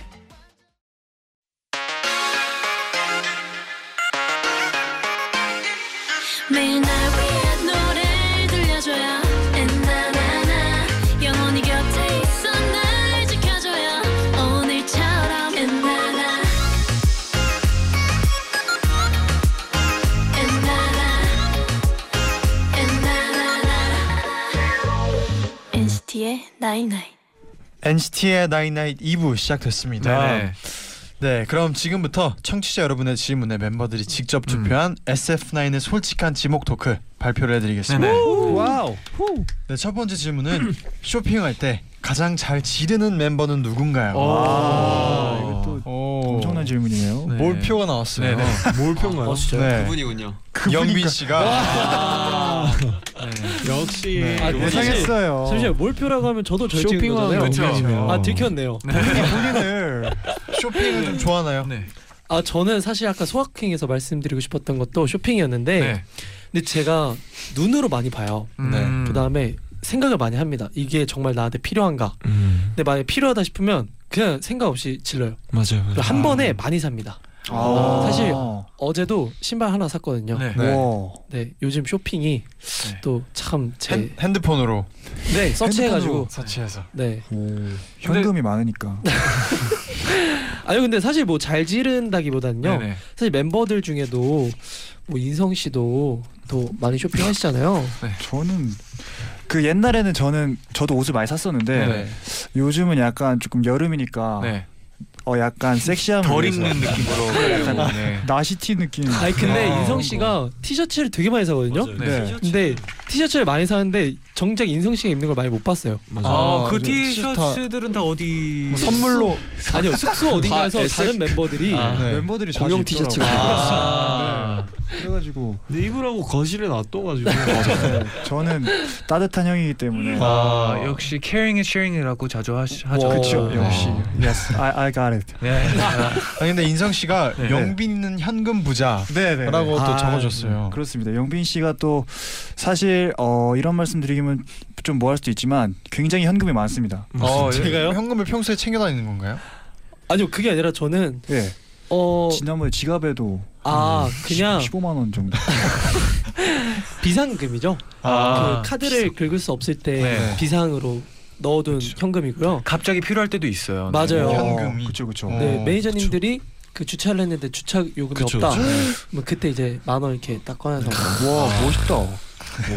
[SPEAKER 4] 매일 날 위한 노래를 들려줘요 엔나나나 영원히 곁에 있어 날 지켜줘요 오늘처럼 엔나나 엔나나 엔나나나 NCT의 나잇나잇
[SPEAKER 2] NCT의 나인나잇 2부 시작됐습니다.
[SPEAKER 3] 네.
[SPEAKER 2] 네, 그럼 지금부터 청취자 여러분의 질문에 멤버들이 직접
[SPEAKER 3] 음.
[SPEAKER 2] 투표한 SF9의 솔직한 지목 토크 발표를 해드리겠습니다.
[SPEAKER 3] 네네.
[SPEAKER 8] 와우.
[SPEAKER 2] 네, 첫 번째 질문은 쇼핑할 때 가장 잘 지르는 멤버는 누군가요?
[SPEAKER 3] 어,
[SPEAKER 8] 아, 이거 또
[SPEAKER 2] 오.
[SPEAKER 8] 엄청난 질문이네요.
[SPEAKER 3] 네.
[SPEAKER 2] 몰표가 나왔어요.
[SPEAKER 3] 네네.
[SPEAKER 7] 몰평가요?
[SPEAKER 2] 네.
[SPEAKER 9] 그분이군요.
[SPEAKER 2] 영빈 씨가 네.
[SPEAKER 7] 역시.
[SPEAKER 10] 아,
[SPEAKER 8] 예상했어요.
[SPEAKER 10] 잠시만 몰표라고 하면 저도 저희 찍은
[SPEAKER 7] 쇼핑왕
[SPEAKER 10] 거잖아요.
[SPEAKER 3] 그쵸.
[SPEAKER 7] 영빈이네요.
[SPEAKER 10] 아 들켰네요.
[SPEAKER 2] 본인을 쇼핑을 좀 좋아하나요?
[SPEAKER 3] 네.
[SPEAKER 10] 아 저는 사실 아까 소확행에서 말씀드리고 싶었던 것도 쇼핑이었는데
[SPEAKER 3] 네.
[SPEAKER 10] 근데 제가 눈으로 많이 봐요.
[SPEAKER 3] 음.
[SPEAKER 10] 네. 그다음에 생각을 많이 합니다. 이게 정말 나한테 필요한가?
[SPEAKER 7] 음,
[SPEAKER 10] 근데 만약 에 필요하다 싶으면 그냥 생각 없이 질러요.
[SPEAKER 7] 맞아요.
[SPEAKER 10] 그리고 한 번에 많이 삽니다.
[SPEAKER 2] 어,
[SPEAKER 8] 아.
[SPEAKER 10] 사실 어제도 신발 하나 샀거든요. 네,
[SPEAKER 3] 네.
[SPEAKER 2] 네.
[SPEAKER 8] 와.
[SPEAKER 10] 요즘 쇼핑이
[SPEAKER 3] 네.
[SPEAKER 10] 또 참 제
[SPEAKER 2] 핸, 핸드폰으로
[SPEAKER 10] 네, 서치해가지고
[SPEAKER 8] 핸드폰으로.
[SPEAKER 2] 사치해서.
[SPEAKER 10] 네.
[SPEAKER 8] 현금이 많으니까.
[SPEAKER 10] 아니 근데 사실 뭐 잘 지른다기보다는요.
[SPEAKER 3] 네네.
[SPEAKER 10] 사실 멤버들 중에도 뭐 인성 씨도 또 많이 쇼핑하시잖아요.
[SPEAKER 8] 저는 그 옛날에는 저는 저도 옷을 많이 샀었는데
[SPEAKER 3] 네.
[SPEAKER 8] 요즘은 약간 조금
[SPEAKER 10] 아.
[SPEAKER 8] 여름이니까
[SPEAKER 3] 네.
[SPEAKER 8] 어 약간 섹시함을
[SPEAKER 3] 덜
[SPEAKER 8] 위해서
[SPEAKER 3] 익는 느낌으로.
[SPEAKER 8] 약간
[SPEAKER 3] 네.
[SPEAKER 8] 나시티 느낌.
[SPEAKER 10] 아니 근데
[SPEAKER 3] 아,
[SPEAKER 10] 인성 씨가 티셔츠를 되게 많이 사거든요.
[SPEAKER 7] 맞아요.
[SPEAKER 8] 네.
[SPEAKER 10] 근데 티셔츠를 많이 사는데 정작 인성 씨가 입는 걸 많이 못 봤어요.
[SPEAKER 3] 아,
[SPEAKER 2] 아,
[SPEAKER 3] 그
[SPEAKER 2] 저
[SPEAKER 3] 티셔츠들은 다 어디?
[SPEAKER 2] 뭐 선물로
[SPEAKER 10] 아니요 숙소 어딘가에서 다른 멤버들이
[SPEAKER 2] 네.
[SPEAKER 8] 멤버들이 자주
[SPEAKER 9] 공용
[SPEAKER 8] 입더라고요.
[SPEAKER 9] 티셔츠가.
[SPEAKER 3] 아.
[SPEAKER 8] 그래가지고
[SPEAKER 7] 근데 입으라고 거실에 놔둬가지고.
[SPEAKER 8] 네, 저는 따뜻한 형이기 때문에.
[SPEAKER 3] 아, 역시 caring and sharing이라고 자주 하, 하죠.
[SPEAKER 8] 그쵸
[SPEAKER 3] 네.
[SPEAKER 8] 역시. Yes, I I got it.
[SPEAKER 3] 네.
[SPEAKER 2] 아니 근데 인성 씨가
[SPEAKER 3] 네.
[SPEAKER 2] 영빈이는 현금 부자라고
[SPEAKER 8] 네네.
[SPEAKER 2] 또 적어줬어요.
[SPEAKER 8] 아, 그렇습니다. 영빈 씨가 또 사실 어, 이런 말씀드리면 좀 뭐할 수도 있지만 굉장히 현금이 많습니다.
[SPEAKER 2] 어,
[SPEAKER 6] 제가요?
[SPEAKER 2] 현금을 평소에 챙겨 다니는 건가요?
[SPEAKER 10] 아니요 그게 아니라 저는
[SPEAKER 8] 예.
[SPEAKER 10] 어아 아,
[SPEAKER 8] 지난번에 지갑에도
[SPEAKER 10] 그냥
[SPEAKER 8] 15만 원 정도.
[SPEAKER 10] 비상금이죠.
[SPEAKER 3] 아.
[SPEAKER 10] 그 카드를 긁을 수 없을 때
[SPEAKER 3] 네.
[SPEAKER 10] 비상으로 넣어둔 현금이고요.
[SPEAKER 3] 갑자기 필요할 때도 있어요. 네.
[SPEAKER 10] 맞아요.
[SPEAKER 2] 현금이.
[SPEAKER 8] 그렇죠, 그렇죠.
[SPEAKER 2] 어,
[SPEAKER 10] 네 매니저님들이 그 주차를 했는데 주차 요금이
[SPEAKER 7] 그쵸,
[SPEAKER 10] 없다.
[SPEAKER 2] 음.
[SPEAKER 7] 그쵸.
[SPEAKER 10] 뭐 그때 이제 만 원 이렇게 딱 꺼내서
[SPEAKER 8] 와 멋있다.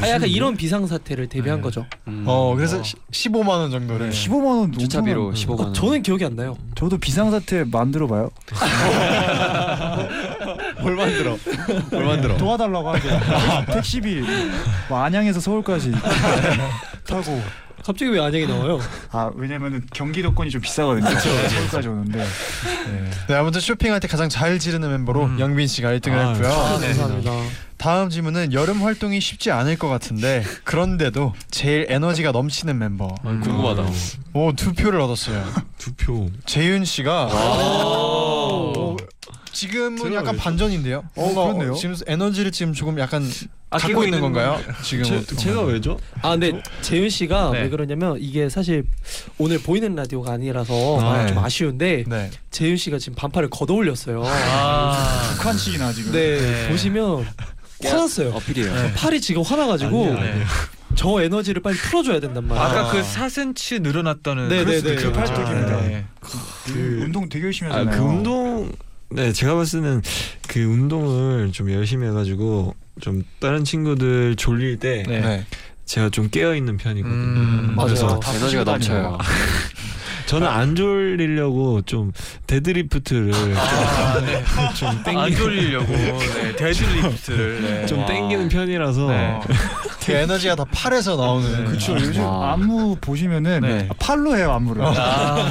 [SPEAKER 10] 아 약간 이런 비상 사태를 대비한
[SPEAKER 7] 네.
[SPEAKER 10] 거죠.
[SPEAKER 2] 어 그래서 15만 원 정도를
[SPEAKER 8] 15만 원 너무
[SPEAKER 9] 네. 주차비로
[SPEAKER 8] 많은데.
[SPEAKER 9] 15만
[SPEAKER 10] 어,
[SPEAKER 9] 원.
[SPEAKER 10] 저는 기억이 안 나요.
[SPEAKER 8] 저도 비상사태 만들어 봐요.
[SPEAKER 2] 뭘 만들어? 뭘 만들어?
[SPEAKER 8] 도와달라고 하죠. 택시비 뭐 안양에서 서울까지 타고.
[SPEAKER 6] 갑자기 왜 안양이 나와요?
[SPEAKER 8] 아 왜냐면은 경기도권이 좀 비싸거든요. 서울까지 오는데.
[SPEAKER 2] 네, 아무튼 쇼핑할 때 가장 잘 지르는 멤버로
[SPEAKER 7] 음.
[SPEAKER 2] 영빈 씨가 1등을
[SPEAKER 7] 아유,
[SPEAKER 2] 했고요.
[SPEAKER 10] 아, 감사합니다.
[SPEAKER 2] 다음 질문은 여름 활동이 쉽지 않을 것 같은데 그런데도 제일 에너지가 넘치는 멤버.
[SPEAKER 3] 어,
[SPEAKER 7] 아, 궁금하다.
[SPEAKER 2] 오, 두 표를 얻었어요.
[SPEAKER 7] 두 표.
[SPEAKER 2] 재윤 씨가
[SPEAKER 7] 오.
[SPEAKER 10] 아.
[SPEAKER 2] 오, 지금은
[SPEAKER 7] 들어요,
[SPEAKER 2] 약간
[SPEAKER 7] 이거.
[SPEAKER 2] 반전인데요.
[SPEAKER 8] 어, 그렇네요.
[SPEAKER 2] 지금 에너지를 지금 조금 약간
[SPEAKER 3] 아,
[SPEAKER 2] 갖고 있는 건가요? 지금
[SPEAKER 7] 제, 제가 왜죠?
[SPEAKER 10] 아 근데 재윤 씨가
[SPEAKER 7] 네.
[SPEAKER 10] 왜 그러냐면 이게 사실 오늘 보이는 라디오가 아니라서
[SPEAKER 2] 아,
[SPEAKER 10] 아,
[SPEAKER 2] 네.
[SPEAKER 10] 좀 아쉬운데
[SPEAKER 2] 네.
[SPEAKER 10] 재윤 씨가 지금 반팔을 걷어올렸어요.
[SPEAKER 3] 아,
[SPEAKER 8] 북한식이나 지금.
[SPEAKER 10] 네, 보시면 화났어요.
[SPEAKER 9] 어필이에요.
[SPEAKER 10] 팔이 지금 화나가지고
[SPEAKER 3] 네.
[SPEAKER 7] 아니야, 아니야.
[SPEAKER 10] 저 에너지를 빨리 풀어줘야 된단 말이에요.
[SPEAKER 3] 아까 그 4cm 늘어났다는
[SPEAKER 10] 네,
[SPEAKER 3] 그럴
[SPEAKER 10] 네,
[SPEAKER 3] 수도
[SPEAKER 10] 네.
[SPEAKER 3] 있겠죠.
[SPEAKER 8] 그 팔뚝입니다.
[SPEAKER 3] 네.
[SPEAKER 8] 그
[SPEAKER 3] 음,
[SPEAKER 8] 운동 되게 열심히
[SPEAKER 7] 아,
[SPEAKER 8] 하잖아요.
[SPEAKER 7] 그 운동 네 제가 봤을 때는 그 운동을 좀 열심히 해가지고 좀 다른 친구들 졸릴 때
[SPEAKER 3] 네.
[SPEAKER 2] 네.
[SPEAKER 7] 제가 좀 깨어 있는 편이거든요.
[SPEAKER 3] 음, 아.
[SPEAKER 7] 그래서
[SPEAKER 10] 맞아요.
[SPEAKER 9] 에너지가 넘쳐요.
[SPEAKER 7] 저는 안 졸리려고 좀 데드리프트를
[SPEAKER 3] 아, 네.
[SPEAKER 7] 좀
[SPEAKER 3] 안
[SPEAKER 7] 땡기
[SPEAKER 3] 졸리려고 네, 데드리프트를 네.
[SPEAKER 7] 좀
[SPEAKER 9] 와.
[SPEAKER 7] 땡기는 편이라서
[SPEAKER 3] 네.
[SPEAKER 2] 그 에너지가 다 팔에서 나오는
[SPEAKER 8] 그쵸 요즘
[SPEAKER 9] 와.
[SPEAKER 2] 아.
[SPEAKER 8] 안무 보시면은
[SPEAKER 3] 네.
[SPEAKER 8] 아, 팔로 해요 안무를.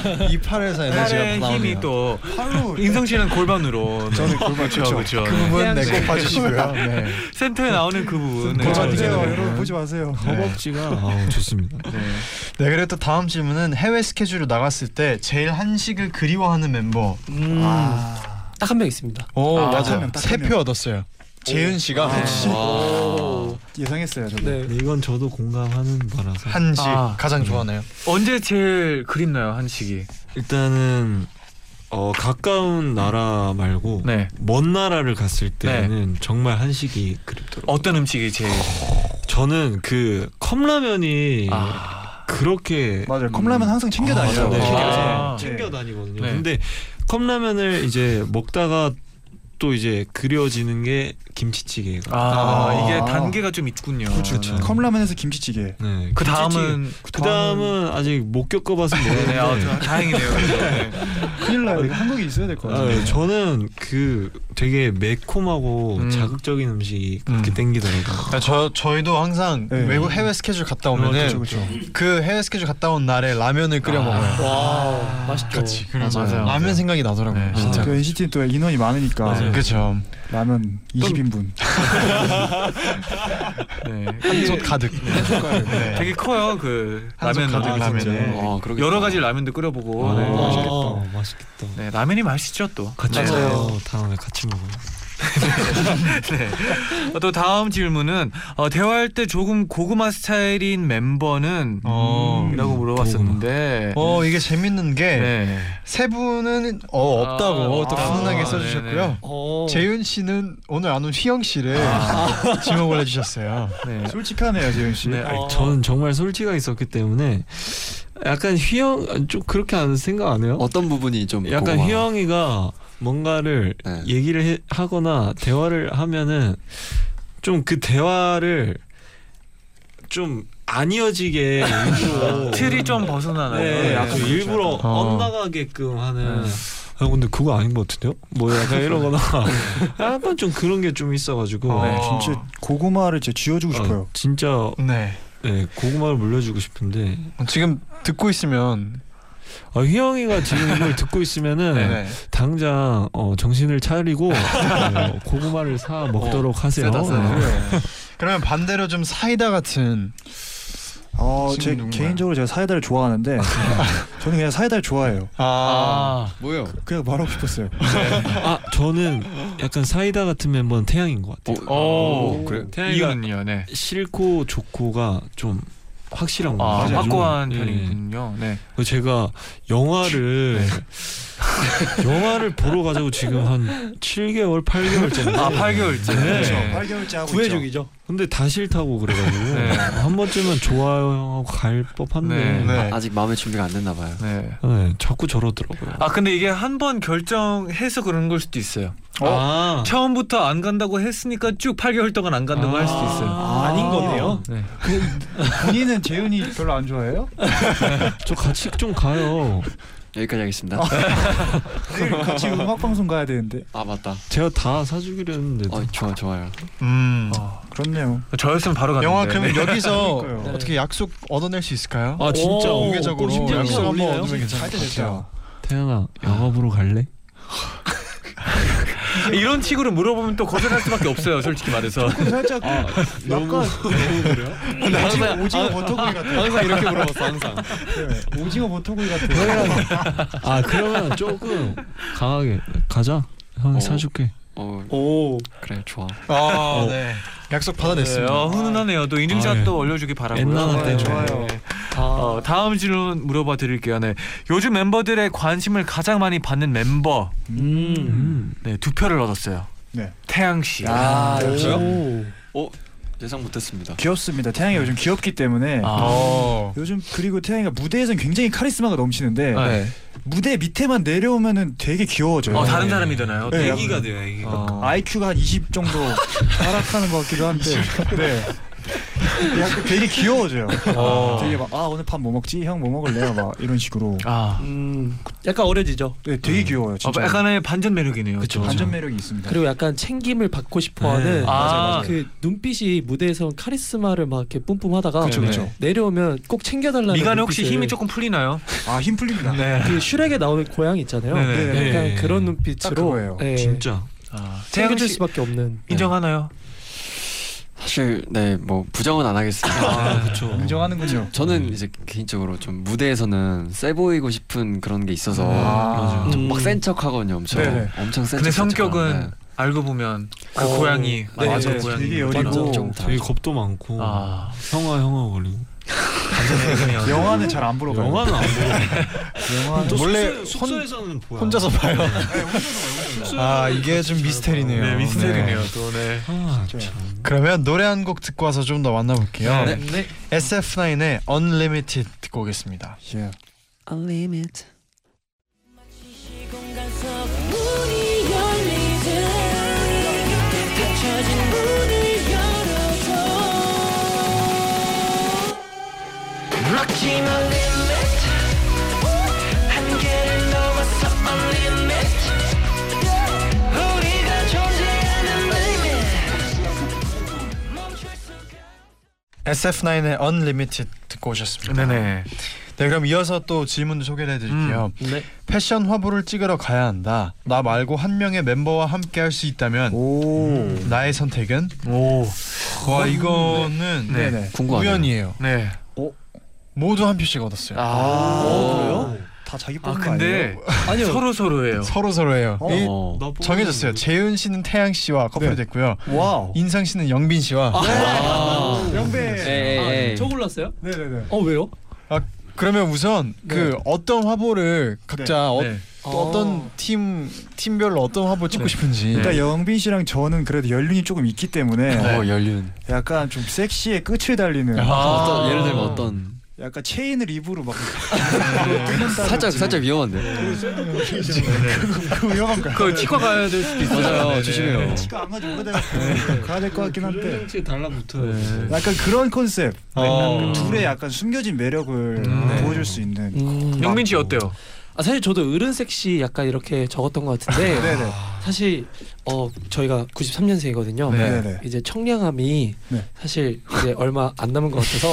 [SPEAKER 2] 네. 이 팔에서 에너지가
[SPEAKER 3] 팔의
[SPEAKER 2] 나오네요.
[SPEAKER 3] 아, 힘이 또
[SPEAKER 8] 팔로.
[SPEAKER 3] 인성 씨는 골반으로 네.
[SPEAKER 8] 저는 골반
[SPEAKER 3] 그렇죠 그렇죠.
[SPEAKER 2] 그
[SPEAKER 3] 네.
[SPEAKER 2] 부분 내꼭 봐주시고요. 네.
[SPEAKER 3] 센터에 나오는 그 부분. 네.
[SPEAKER 2] 골반
[SPEAKER 8] 보지
[SPEAKER 2] 뒤쪽에
[SPEAKER 8] 마세요.
[SPEAKER 2] 네.
[SPEAKER 8] 여러분 보지 마세요.
[SPEAKER 7] 허벅지가 아우, 좋습니다.
[SPEAKER 2] 네 그리고 또 다음 질문은 해외 스케줄로 나갔을 때 제일 한식을 그리워하는 멤버.
[SPEAKER 10] 음,
[SPEAKER 3] 아.
[SPEAKER 10] 딱 한 명 있습니다.
[SPEAKER 2] 오
[SPEAKER 8] 아, 딱한
[SPEAKER 2] 맞아요.
[SPEAKER 8] 명, 딱한
[SPEAKER 2] 세 표 얻었어요. 재윤 씨가 아.
[SPEAKER 8] 예상했어요 저도.
[SPEAKER 10] 네.
[SPEAKER 7] 근데 이건 저도 공감하는 거라서
[SPEAKER 2] 한식
[SPEAKER 10] 아.
[SPEAKER 2] 가장 좋아하네요.
[SPEAKER 3] 언제 제일 그립나요 한식이?
[SPEAKER 7] 일단은 어, 가까운 나라 말고
[SPEAKER 3] 네.
[SPEAKER 7] 먼 나라를 갔을 때는 정말 한식이 그립더라고요.
[SPEAKER 3] 어떤 음식이 제일?
[SPEAKER 7] 저는 그 컵라면이
[SPEAKER 3] 아.
[SPEAKER 7] 그렇게
[SPEAKER 8] 맞아요. 컵라면 항상 챙겨 다녀요.
[SPEAKER 7] 네.
[SPEAKER 3] 아.
[SPEAKER 7] 챙겨 다니거든요.
[SPEAKER 3] 네.
[SPEAKER 7] 근데 컵라면을 이제 먹다가 또 이제 그려지는 게 김치찌개가.
[SPEAKER 3] 아,
[SPEAKER 8] 아.
[SPEAKER 3] 이게 단계가 좀 있군요.
[SPEAKER 7] 그렇죠.
[SPEAKER 2] 네.
[SPEAKER 8] 컵라면에서 김치찌개.
[SPEAKER 7] 네.
[SPEAKER 3] 그 다음은
[SPEAKER 7] 그 다음은 아직 못 겪어봐서
[SPEAKER 3] 네, 아,
[SPEAKER 7] 모르는데.
[SPEAKER 3] 다- 다행이네요. 네.
[SPEAKER 8] 큰일 나요. 이거 한국에 있어야 될 것
[SPEAKER 7] 아,
[SPEAKER 8] 같아요.
[SPEAKER 7] 저는 그 되게 매콤하고
[SPEAKER 3] 음.
[SPEAKER 7] 자극적인 음식이 그렇게
[SPEAKER 2] 음.
[SPEAKER 7] 땡기더라고요.
[SPEAKER 2] 저 저희도 항상
[SPEAKER 8] 네.
[SPEAKER 2] 외국 해외 스케줄 갔다
[SPEAKER 8] 그
[SPEAKER 2] 오면은
[SPEAKER 8] 쵸그쵸 아.
[SPEAKER 2] 그 해외 스케줄 갔다 온 날에 라면을 끓여 먹어요.
[SPEAKER 10] 와, 아, 맛있죠.
[SPEAKER 2] 같이 그래요.
[SPEAKER 3] 아, 맞아요,
[SPEAKER 2] 라면
[SPEAKER 3] 맞아요.
[SPEAKER 2] 생각이 나더라고요.
[SPEAKER 3] 네.
[SPEAKER 2] 진짜.
[SPEAKER 8] 그 NCT는 또 인원이 많으니까
[SPEAKER 2] 그렇죠.
[SPEAKER 8] 라면 20인분.
[SPEAKER 3] 네.
[SPEAKER 2] 한솥 가득.
[SPEAKER 3] 네. 되게 커요 그
[SPEAKER 2] 한솥
[SPEAKER 3] 라면
[SPEAKER 2] 가득
[SPEAKER 3] 아,
[SPEAKER 2] 라면에.
[SPEAKER 3] 진짜요?
[SPEAKER 2] 네.
[SPEAKER 9] 아, 그러겠다.
[SPEAKER 3] 여러 가지 라면도 끓여보고
[SPEAKER 7] 아,
[SPEAKER 3] 네.
[SPEAKER 7] 맛있겠다.
[SPEAKER 10] 어.
[SPEAKER 7] 맛있겠다.
[SPEAKER 3] 네, 라면이 맛있죠 또.
[SPEAKER 7] 같이
[SPEAKER 3] 네.
[SPEAKER 7] 먹어요. 다음에 같이 먹어요.
[SPEAKER 3] 네. 어, 또 다음 질문은 어, 대화할 때 조금 고구마 스타일인 멤버는
[SPEAKER 2] 어.
[SPEAKER 3] 음, 이라고 물어봤었는데.
[SPEAKER 2] 어 이게 재밌는 게 세
[SPEAKER 3] 네.
[SPEAKER 2] 분은 어 없다고
[SPEAKER 3] 아,
[SPEAKER 2] 또
[SPEAKER 3] 아,
[SPEAKER 2] 훈훈하게
[SPEAKER 3] 아,
[SPEAKER 2] 써주셨고요.
[SPEAKER 3] 네네.
[SPEAKER 10] 어.
[SPEAKER 2] 재윤 씨는 오늘 안 온 휘영 씨를 지목을 해주셨어요.
[SPEAKER 3] 네.
[SPEAKER 8] 아. 솔직하네요 재윤 씨. 아,
[SPEAKER 3] 네.
[SPEAKER 10] 어.
[SPEAKER 7] 저는 정말 솔직하게 있었기 때문에 약간 휘영 좀 그렇게 안 생각 안 해요?
[SPEAKER 9] 어떤 부분이 좀
[SPEAKER 7] 약간
[SPEAKER 9] 고마워요?
[SPEAKER 7] 휘영이가 뭔가를
[SPEAKER 9] 네.
[SPEAKER 7] 얘기를 해- 하거나 대화를 하면은 좀 그 대화를 좀 안 이어지게 일부러
[SPEAKER 3] 틀이 좀 벗어나나요?
[SPEAKER 7] 네, 약간
[SPEAKER 3] 그렇죠.
[SPEAKER 7] 일부러
[SPEAKER 2] 어.
[SPEAKER 7] 엇나가게끔 하는
[SPEAKER 3] 네.
[SPEAKER 7] 아 근데 그거 아닌 것 같은데요? 뭐 약간 이러거나 약간 좀 그런 게 좀 있어가지고
[SPEAKER 3] 네.
[SPEAKER 8] 진짜 고구마를 진짜 쥐어주고 싶어요.
[SPEAKER 7] 아, 진짜
[SPEAKER 2] 네.
[SPEAKER 7] 네, 고구마를 물려주고 싶은데
[SPEAKER 2] 지금 듣고 있으면
[SPEAKER 7] 아, 휘영이가 지금 이걸 듣고 있으면은
[SPEAKER 2] 네.
[SPEAKER 7] 당장 어, 정신을 차리고
[SPEAKER 3] 네.
[SPEAKER 7] 어, 고구마를 사 먹도록 하세요.
[SPEAKER 2] 세다, 세다.
[SPEAKER 7] 네.
[SPEAKER 2] 그러면 반대로 좀 사이다 같은
[SPEAKER 8] 어,
[SPEAKER 2] 지금
[SPEAKER 8] 제
[SPEAKER 2] 누군가요?
[SPEAKER 8] 개인적으로 제가 사이다를 좋아하는데 저는 그냥 사이다를 좋아해요.
[SPEAKER 2] 아,
[SPEAKER 3] 아.
[SPEAKER 9] 뭐예요?
[SPEAKER 8] 그냥 말하고 싶었어요.
[SPEAKER 7] 아 저는 약간 사이다 같은 멤버는 태양인 것 같아요.
[SPEAKER 9] 어,
[SPEAKER 3] 오.
[SPEAKER 9] 그래?
[SPEAKER 7] 태양이가
[SPEAKER 3] 이유는요. 네.
[SPEAKER 7] 싫고 좋고가 좀 확실한 것
[SPEAKER 3] 아,
[SPEAKER 7] 같아요.
[SPEAKER 3] 확고한
[SPEAKER 7] 예.
[SPEAKER 3] 편이군요. 네.
[SPEAKER 7] 그래서 제가 영화를
[SPEAKER 3] 네.
[SPEAKER 7] 영화를 보러 가자고 지금 한 7개월, 8개월째인데
[SPEAKER 3] 아, 8개월째.
[SPEAKER 7] 네.
[SPEAKER 3] 네.
[SPEAKER 2] 그렇죠.
[SPEAKER 8] 팔개월째 하고
[SPEAKER 10] 구해주기죠.
[SPEAKER 7] 근데 다 싫다고 그래가지고
[SPEAKER 3] 네.
[SPEAKER 7] 한 번쯤은 좋아요 갈 법한데
[SPEAKER 3] 네.
[SPEAKER 2] 네.
[SPEAKER 9] 아, 직 마음의 준비가 안 됐나 봐요.
[SPEAKER 3] 네.
[SPEAKER 7] 네, 자꾸 저러더라고요.
[SPEAKER 3] 아 근데 이게 한 번 결정해서 그런 걸 수도 있어요.
[SPEAKER 7] 아,
[SPEAKER 3] 처음부터 안 간다고 했으니까 쭉 8개월 동안 안 간다고 할 수도 있어요.
[SPEAKER 6] 아, 닌 거네요.
[SPEAKER 3] 네.
[SPEAKER 8] 본인은 재훈이 별로 안 좋아해요?
[SPEAKER 7] 네. 저 같이 좀 가요.
[SPEAKER 9] 여기까지 하겠습니다.
[SPEAKER 8] 내일 같이 음악 방송 가야 되는데.
[SPEAKER 9] 아 맞다.
[SPEAKER 7] 제가 다 사주기로 했는데
[SPEAKER 9] 어 좋아 좋아요.
[SPEAKER 2] 음.
[SPEAKER 8] 그렇네요.
[SPEAKER 3] 어. 저였으면 바로 갔는데.
[SPEAKER 2] 영화 그러면 여기서
[SPEAKER 8] 그러니까요.
[SPEAKER 2] 어떻게 약속 얻어낼 수 있을까요?
[SPEAKER 7] 아 진짜
[SPEAKER 6] 오.
[SPEAKER 2] 공개적으로
[SPEAKER 6] 꼭 심지어
[SPEAKER 2] 약속 한번
[SPEAKER 6] 올리나요?
[SPEAKER 2] 얻으면 괜찮을 것 같아요.
[SPEAKER 7] 태양아 영화 보러 갈래?
[SPEAKER 3] 네. 이런 식으로 물어보면 또 거절할 수밖에 없어요. 솔직히 말해서.
[SPEAKER 8] 살짝
[SPEAKER 6] 아,
[SPEAKER 7] 너무
[SPEAKER 2] 오징어, 오징어 버터구이 같아요.
[SPEAKER 3] 항상 이렇게 물어봤어. 항상.
[SPEAKER 8] 오징어 버터구이 같아요.
[SPEAKER 7] 아 그러면 조금 강하게 가자 형
[SPEAKER 9] 어.
[SPEAKER 7] 사줄게
[SPEAKER 9] 어
[SPEAKER 6] 오.
[SPEAKER 9] 그래 좋아.
[SPEAKER 2] 아, 네. 약속
[SPEAKER 3] 어, 네,
[SPEAKER 2] 받아냈습니다.
[SPEAKER 3] 어, 훈훈하네요. 또 인증샷
[SPEAKER 7] 아, 예.
[SPEAKER 3] 또 올려주기 바라고요.
[SPEAKER 7] 옛날
[SPEAKER 3] 네.
[SPEAKER 7] 때 좋아요.
[SPEAKER 3] 어, 다음 질문 물어봐 드릴게요. 네. 요즘 멤버들의 관심을 가장 많이 받는 멤버
[SPEAKER 7] 음.
[SPEAKER 3] 네, 두 표를 얻었어요.
[SPEAKER 8] 네.
[SPEAKER 3] 태양 씨.
[SPEAKER 8] 아, 역시요?
[SPEAKER 6] 오.
[SPEAKER 9] 예상 못했습니다.
[SPEAKER 8] 귀엽습니다. 태양이 요즘 귀엽기 때문에
[SPEAKER 3] 아. 네.
[SPEAKER 2] 어.
[SPEAKER 8] 요즘 그리고 태양이가 무대에선 굉장히 카리스마가 넘치는데
[SPEAKER 3] 네.
[SPEAKER 8] 무대 밑에만 내려오면은 되게 귀여워져요.
[SPEAKER 3] 어, 다른 사람이잖아요.
[SPEAKER 8] 네,
[SPEAKER 3] 애기가 돼요. 애기가.
[SPEAKER 8] IQ가 한 20 정도 하락하는 것 같기도 한데. 네. 약간 되게 귀여워져요.
[SPEAKER 3] 어.
[SPEAKER 8] 되게 막 아 오늘 밥 뭐 먹지? 형 뭐 먹을래요? 막 이런 식으로.
[SPEAKER 3] 아.
[SPEAKER 10] 음, 약간 어려지죠.
[SPEAKER 8] 네,
[SPEAKER 2] 음.
[SPEAKER 8] 되게 귀여워요.
[SPEAKER 3] 어,
[SPEAKER 8] 진짜.
[SPEAKER 3] 약간의 반전 매력이네요.
[SPEAKER 7] 그쵸.
[SPEAKER 8] 반전 매력이 있습니다.
[SPEAKER 10] 그리고 약간 챙김을 받고 싶어하는
[SPEAKER 7] 네.
[SPEAKER 3] 아.
[SPEAKER 10] 그 눈빛이 무대에서 카리스마를 막 이렇게 뿜뿜하다가 네.
[SPEAKER 3] 그쵸, 그쵸.
[SPEAKER 10] 내려오면 꼭 챙겨달라는
[SPEAKER 3] 미간에 혹시
[SPEAKER 10] 눈빛을
[SPEAKER 3] 힘이 조금 풀리나요?
[SPEAKER 8] 아 힘 풀립니다.
[SPEAKER 3] 네.
[SPEAKER 10] 그 슈렉에 나오는 고양이 있잖아요.
[SPEAKER 3] 네네.
[SPEAKER 8] 네.
[SPEAKER 10] 약간
[SPEAKER 7] 네.
[SPEAKER 10] 그런
[SPEAKER 8] 딱
[SPEAKER 10] 눈빛으로
[SPEAKER 8] 그거예요.
[SPEAKER 10] 예,
[SPEAKER 7] 진짜
[SPEAKER 3] 아, 태양
[SPEAKER 10] 챙겨줄
[SPEAKER 3] 씨
[SPEAKER 10] 수밖에 없는
[SPEAKER 3] 인정하나요?
[SPEAKER 9] 사실 네 뭐 부정은 안 하겠습니다.
[SPEAKER 3] 아,
[SPEAKER 7] 그쵸
[SPEAKER 8] 인정하는군요.
[SPEAKER 9] 저는 이제 개인적으로 좀 무대에서는 세 보이고 싶은 그런 게 있어서
[SPEAKER 8] 아,
[SPEAKER 10] 음.
[SPEAKER 9] 막 센 척하거든요. 엄청
[SPEAKER 8] 네네.
[SPEAKER 9] 엄청 센
[SPEAKER 3] 근데
[SPEAKER 9] 척.
[SPEAKER 3] 성격은 알고 보면 그
[SPEAKER 10] 어,
[SPEAKER 3] 고양이
[SPEAKER 8] 네,
[SPEAKER 3] 맞아 그
[SPEAKER 8] 네,
[SPEAKER 3] 고양이
[SPEAKER 8] 되게
[SPEAKER 3] 맞아.
[SPEAKER 8] 여리고.
[SPEAKER 9] 좀 다.
[SPEAKER 7] 되게 겁도 많고
[SPEAKER 3] 아,
[SPEAKER 7] 형아 형아 거리고
[SPEAKER 3] 반전 매력이네요.
[SPEAKER 8] 영화는 잘 안 보러 가요.
[SPEAKER 7] 영화는 안
[SPEAKER 8] 영화는
[SPEAKER 7] 보고
[SPEAKER 2] 원래
[SPEAKER 7] 숙소, 숙소에서는 보여
[SPEAKER 2] 혼자서 봐요.
[SPEAKER 7] 숙소에서는
[SPEAKER 2] 아, 이게 좀 미스테리네요.
[SPEAKER 3] 네, 미스테리네요.
[SPEAKER 2] 네.
[SPEAKER 3] 또 네.
[SPEAKER 7] 아,
[SPEAKER 8] 진짜.
[SPEAKER 7] 참.
[SPEAKER 2] 그러면 노래 한 곡 듣고 와서 좀 더 만나볼게요.
[SPEAKER 3] 네.
[SPEAKER 2] SF9의 Unlimited 듣고 오겠습니다.
[SPEAKER 8] 예.
[SPEAKER 9] Unlimited.
[SPEAKER 4] 시공간 속 문이 열리듯 닫혀진 문을 열어줘 막힘은 limit 한계를 넘어서 unlimit 우리가 존재하는 limit 멈출 수가
[SPEAKER 2] SF9의 Unlimited 듣고 오셨습니다.
[SPEAKER 3] 네네.
[SPEAKER 2] 네, 그럼 이어서 또 질문도 소개를 해드릴게요. 패션 화보를 찍으러 가야 한다. 나 말고 한 명의 멤버와 함께 할 수 있다면
[SPEAKER 8] 오.
[SPEAKER 2] 나의 선택은?
[SPEAKER 3] 오.
[SPEAKER 2] 와 이거는
[SPEAKER 3] 네.
[SPEAKER 8] 네네.
[SPEAKER 9] 궁금하네요.
[SPEAKER 2] 우연이에요.
[SPEAKER 3] 네.
[SPEAKER 2] 모두 한 표씩 얻었어요.
[SPEAKER 9] 아.
[SPEAKER 8] 아, 그래요? 다 자기
[SPEAKER 3] 아
[SPEAKER 8] 뽑은 거
[SPEAKER 3] 근데
[SPEAKER 8] 아니에요?
[SPEAKER 3] 아니요. 서로 서로예요.
[SPEAKER 2] 서로 서로예요.
[SPEAKER 8] 어.
[SPEAKER 2] 이-
[SPEAKER 9] 어.
[SPEAKER 2] 정해졌어요. 재윤 씨는 태양 씨와 커플이
[SPEAKER 8] 네.
[SPEAKER 2] 됐고요.
[SPEAKER 8] 와우.
[SPEAKER 2] 인상 씨는 영빈 씨와.
[SPEAKER 8] 영배.
[SPEAKER 9] 네.
[SPEAKER 3] 네.
[SPEAKER 9] 에이 에이.
[SPEAKER 10] 네. 저 골랐어요?
[SPEAKER 8] 네네네.
[SPEAKER 10] 어 왜요?
[SPEAKER 2] 그러면 우선
[SPEAKER 8] 네.
[SPEAKER 2] 그 어떤 화보를 각자 어,
[SPEAKER 3] 네.
[SPEAKER 2] 어. 떤팀 팀별로 어떤 화보 찍고 싶은지.
[SPEAKER 10] 네.
[SPEAKER 8] 일단 그러니까 영빈 씨랑 저는 그래도 연륜이 조금 있기 때문에
[SPEAKER 9] 어 연륜. 뭐
[SPEAKER 8] 약간 좀 섹시의 끝을 달리는
[SPEAKER 10] 아.
[SPEAKER 3] 아.
[SPEAKER 9] 어떤 예를 들면 어떤
[SPEAKER 8] 약간 체인을 입으로 막
[SPEAKER 9] 살짝 살짝 위험한데.
[SPEAKER 8] 그 위험한가?
[SPEAKER 3] 그 치과 가야 될 수도 있어요.
[SPEAKER 9] 맞아요.
[SPEAKER 3] 네네.
[SPEAKER 9] 조심해요.
[SPEAKER 8] 치과 안 가지고 그대로
[SPEAKER 10] 네.
[SPEAKER 8] 가야 될 것 같긴 한데
[SPEAKER 7] 달라붙어요
[SPEAKER 8] 약간 그런 컨셉
[SPEAKER 10] 아.
[SPEAKER 3] 어.
[SPEAKER 8] 둘의 약간 숨겨진 매력을 네.
[SPEAKER 10] 네.
[SPEAKER 8] 보여줄 수 있는
[SPEAKER 10] 음.
[SPEAKER 3] 영민 씨 어때요?
[SPEAKER 10] 아 사실 저도 어른 섹시 약간 이렇게 적었던 것 같은데
[SPEAKER 8] 네네.
[SPEAKER 10] 사실 어 저희가 93년생이거든요.
[SPEAKER 8] 네. 네네.
[SPEAKER 10] 이제 청량함이
[SPEAKER 8] 네.
[SPEAKER 10] 사실 이제 얼마 안 남은 것 같아서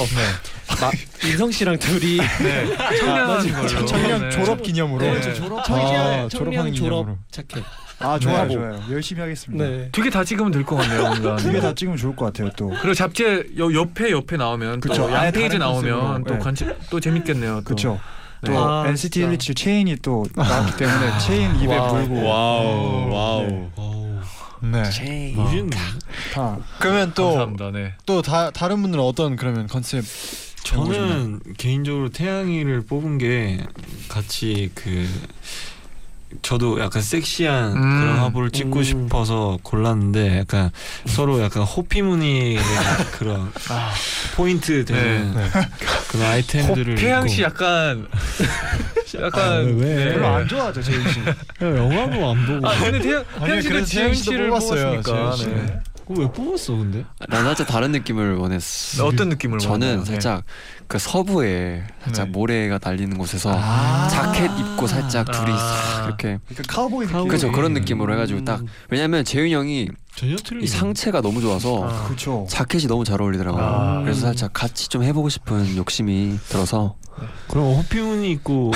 [SPEAKER 10] 마, 인성 씨랑 둘이
[SPEAKER 3] 네. 청량하신 걸로.
[SPEAKER 2] 청년
[SPEAKER 3] 네.
[SPEAKER 2] 졸업 기념으로.
[SPEAKER 3] 네.
[SPEAKER 2] 네.
[SPEAKER 10] 졸업
[SPEAKER 2] 아,
[SPEAKER 10] 청량
[SPEAKER 2] 졸업한
[SPEAKER 10] 청량
[SPEAKER 2] 기념으로.
[SPEAKER 10] 졸업 착해.
[SPEAKER 8] 아 좋아요
[SPEAKER 10] 네.
[SPEAKER 8] 좋아요 열심히 하겠습니다
[SPEAKER 10] 네.
[SPEAKER 3] 되게 다 찍으면 될 것 같네요. 뭔가.
[SPEAKER 8] 이게 다 찍으면 좋을 것 같아요 또
[SPEAKER 3] 그리고 잡지에 여, 옆에 옆에 나오면
[SPEAKER 8] 그쵸.
[SPEAKER 3] 또
[SPEAKER 8] 아예
[SPEAKER 3] 양페이지
[SPEAKER 8] 다른
[SPEAKER 3] 나오면
[SPEAKER 8] 컨셉으로.
[SPEAKER 3] 또
[SPEAKER 8] 네.
[SPEAKER 3] 관심 또 재밌겠네요. 또.
[SPEAKER 8] 그쵸 또 네,
[SPEAKER 3] 네.
[SPEAKER 10] 아,
[SPEAKER 8] NCT
[SPEAKER 10] 진짜. 아.
[SPEAKER 8] 127 체인이 또 나왔기 때문에 체인 입에 물고
[SPEAKER 7] 아, 와우 와우
[SPEAKER 8] 네.
[SPEAKER 7] 와우
[SPEAKER 2] 네.
[SPEAKER 9] 뭐,
[SPEAKER 7] 멋있네
[SPEAKER 8] 다
[SPEAKER 2] 그러면
[SPEAKER 3] 감사합니다. 네.
[SPEAKER 2] 또 또 다 다른 분들은 어떤 그러면 컨셉?
[SPEAKER 7] 저는 개인적으로 태양이를 뽑은 게 같이 그 저도 약간 섹시한
[SPEAKER 3] 음.
[SPEAKER 7] 그런 화보를 찍고
[SPEAKER 10] 음.
[SPEAKER 7] 싶어서 골랐는데 약간 서로 약간 호피무늬 그런 포인트 되는
[SPEAKER 3] 네.
[SPEAKER 7] 그런 아이템들을
[SPEAKER 3] 태양 씨
[SPEAKER 7] 입고.
[SPEAKER 3] 약간 약간
[SPEAKER 7] 음,
[SPEAKER 3] 네.
[SPEAKER 7] 아, 왜?
[SPEAKER 8] 별로 안 좋아하죠 재윤 씨.
[SPEAKER 7] 야, 영화도 안 보고
[SPEAKER 3] 아 근데 태양 태양 씨도 지윤 씨를 뽑았으니까
[SPEAKER 8] 재윤 씨.
[SPEAKER 3] 네.
[SPEAKER 7] 그거 왜 뽑았어 아, 근데?
[SPEAKER 9] 난 살짝 다른 느낌을 원했어.
[SPEAKER 3] 네, 어떤 느낌을
[SPEAKER 9] 저는
[SPEAKER 3] 원하나요?
[SPEAKER 9] 살짝 그 서부에 살짝
[SPEAKER 3] 네.
[SPEAKER 9] 모래가 날리는 곳에서 자켓 입고 살짝 둘이 싹 이렇게
[SPEAKER 8] 아. 그러니까 카우보이
[SPEAKER 2] 아.
[SPEAKER 8] 느낌.
[SPEAKER 7] 카우보이.
[SPEAKER 9] 그죠
[SPEAKER 7] 음.
[SPEAKER 9] 그런 느낌으로 해가지고 딱 왜냐면 재윤이 형이
[SPEAKER 7] 전혀 틀린
[SPEAKER 9] 이 상체가 너무 좋아서
[SPEAKER 3] 아.
[SPEAKER 8] 그렇죠.
[SPEAKER 9] 자켓이 너무 잘 어울리더라고요.
[SPEAKER 3] 아.
[SPEAKER 9] 그래서 살짝 같이 좀 해보고 싶은 욕심이 들어서
[SPEAKER 7] 그럼 뭐 호피무늬 입고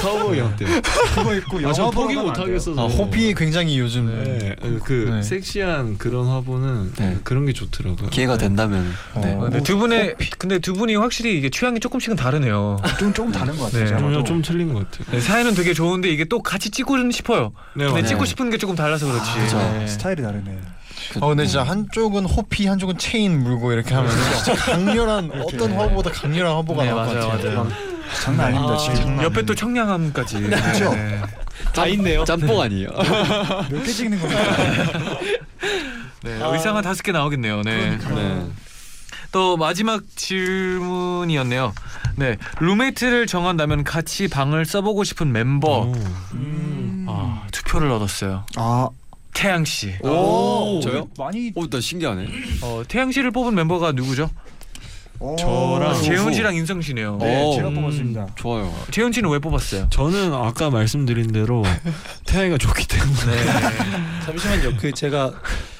[SPEAKER 7] 카우보이 어때요?
[SPEAKER 8] 그거 입고 영화
[SPEAKER 7] 아저
[SPEAKER 8] 보러
[SPEAKER 7] 포기
[SPEAKER 8] 가면 안
[SPEAKER 7] 못
[SPEAKER 8] 돼요.
[SPEAKER 7] 하겠어서
[SPEAKER 2] 아, 호피 굉장히 요즘
[SPEAKER 7] 네, 그
[SPEAKER 2] 네.
[SPEAKER 7] 섹시한 그런 화보는
[SPEAKER 9] 네.
[SPEAKER 7] 그런 게 좋더라고요.
[SPEAKER 9] 기회가 된다면 네.
[SPEAKER 3] 어, 근데 두 분의 근데 두 분이 확실히 이게 취향이 조금씩은 다르네요.
[SPEAKER 8] 좀 조금 다른 것 같아요.
[SPEAKER 3] 네.
[SPEAKER 8] 제가
[SPEAKER 7] 좀,
[SPEAKER 8] 봐도.
[SPEAKER 7] 좀 틀린 것 같아요.
[SPEAKER 3] 네, 사연은 되게 좋은데 이게 또 같이 찍고 싶어요.
[SPEAKER 7] 네,
[SPEAKER 3] 근데
[SPEAKER 7] 맞아요.
[SPEAKER 3] 찍고 싶은 게 조금 달라서 그렇지.
[SPEAKER 8] 아,
[SPEAKER 9] 그죠.
[SPEAKER 3] 네.
[SPEAKER 8] 스타일이 다르네.
[SPEAKER 2] 어 근데 진짜 한쪽은 호피 한쪽은 체인 물고 이렇게 하면 진짜 강렬한 어떤 화보보다 강렬한 화보가
[SPEAKER 3] 네,
[SPEAKER 2] 나올 것
[SPEAKER 3] 맞아요,
[SPEAKER 2] 같아요.
[SPEAKER 3] 맞아요.
[SPEAKER 8] 장난 아닙니다 지금.
[SPEAKER 3] 옆에 또 청량함까지.
[SPEAKER 8] 그쵸?
[SPEAKER 3] 네.
[SPEAKER 10] 다 있네요.
[SPEAKER 9] 짬뽕 아니에요?
[SPEAKER 8] 몇개 찍는 겁니까?
[SPEAKER 3] 네, 의상 한 다섯 개 나오겠네요. 네.
[SPEAKER 9] 네.
[SPEAKER 3] 또 마지막 질문이었네요. 네, 룸메이트를 정한다면 같이 방을 써보고 싶은 멤버
[SPEAKER 7] 오.
[SPEAKER 3] 아, 투표를 얻었어요.
[SPEAKER 8] 아,
[SPEAKER 3] 태양 씨.
[SPEAKER 7] 어,
[SPEAKER 9] 오, 저요?
[SPEAKER 8] 많이
[SPEAKER 9] 오, 나 신기하네.
[SPEAKER 3] 어, 태양 씨를 뽑은 멤버가 누구죠?
[SPEAKER 8] 어,
[SPEAKER 7] 저랑
[SPEAKER 3] 재훈 씨랑 인성 씨네요.
[SPEAKER 8] 네,
[SPEAKER 9] 오.
[SPEAKER 8] 제가
[SPEAKER 3] 음.
[SPEAKER 8] 뽑았습니다.
[SPEAKER 9] 좋아요.
[SPEAKER 3] 재훈 씨는 왜 뽑았어요?
[SPEAKER 7] 저는 아까 말씀드린 대로 태양이가 좋기 때문에
[SPEAKER 10] 잠시만요. 그 제가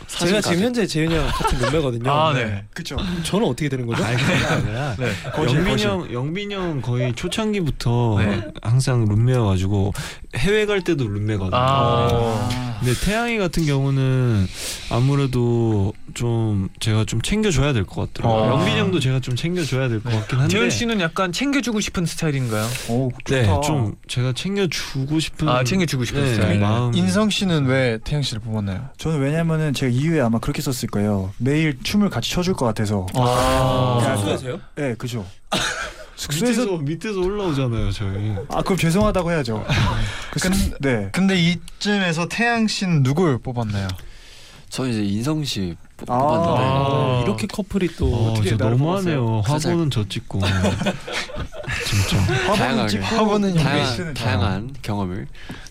[SPEAKER 10] 제가
[SPEAKER 9] 사진까지.
[SPEAKER 10] 지금 현재 재윤이 형 같은 룸메거든요.
[SPEAKER 3] 아, 네.
[SPEAKER 8] 그쵸.
[SPEAKER 10] 저는 어떻게 되는 거죠?
[SPEAKER 7] 아니 그게 아니라
[SPEAKER 3] 네.
[SPEAKER 7] 영빈이 형 영빈이 형 거의 초창기부터
[SPEAKER 3] 네.
[SPEAKER 7] 항상 룸메여가지고 해외 갈 때도 룸메거든요.
[SPEAKER 3] 아.
[SPEAKER 7] 근데 태양이 같은 경우는 아무래도 좀 제가 좀 챙겨줘야 될 것 같더라고요.
[SPEAKER 3] 아.
[SPEAKER 7] 영빈이 형도 제가 좀 챙겨줘야 될 것 같긴 한데
[SPEAKER 3] 재훈 씨는 약간 챙겨주고 싶은 스타일인가요?
[SPEAKER 8] 오,
[SPEAKER 7] 네,
[SPEAKER 8] 좋다.
[SPEAKER 7] 좀 제가 챙겨주고 싶은
[SPEAKER 3] 아 챙겨주고 싶은
[SPEAKER 7] 네,
[SPEAKER 3] 스타일.
[SPEAKER 7] 마음
[SPEAKER 2] 인성 씨는 왜 태양 씨를 뽑았나요?
[SPEAKER 8] 저는 왜냐면은 제가 이유에 아마 그렇게 썼을 거예요. 매일 춤을 같이 춰줄 것 같아서.
[SPEAKER 3] 아.
[SPEAKER 10] 숙소에서요?
[SPEAKER 8] 네, 그죠. 숙소에서
[SPEAKER 7] 밑에서 밑에서 올라오잖아요, 저희.
[SPEAKER 8] 아 그럼 죄송하다고 해야죠. 그 수- 네.
[SPEAKER 2] 근데 이쯤에서 태양 씨는 누굴 뽑았나요?
[SPEAKER 9] 저 이제 인성 씨 뽑-
[SPEAKER 8] 아.
[SPEAKER 9] 뽑았는데
[SPEAKER 3] 아.
[SPEAKER 10] 어, 이렇게 커플이 또
[SPEAKER 7] 어,
[SPEAKER 10] 어떻게
[SPEAKER 7] 진짜
[SPEAKER 10] 나를
[SPEAKER 7] 너무하네요.
[SPEAKER 9] 그래서
[SPEAKER 7] 화보는 저 찍고 진짜.
[SPEAKER 8] 화보는
[SPEAKER 9] 다양하게.
[SPEAKER 8] 찍고
[SPEAKER 2] 화보는
[SPEAKER 8] 연기
[SPEAKER 9] 다양한
[SPEAKER 8] 쓰는
[SPEAKER 9] 다양한 경험을.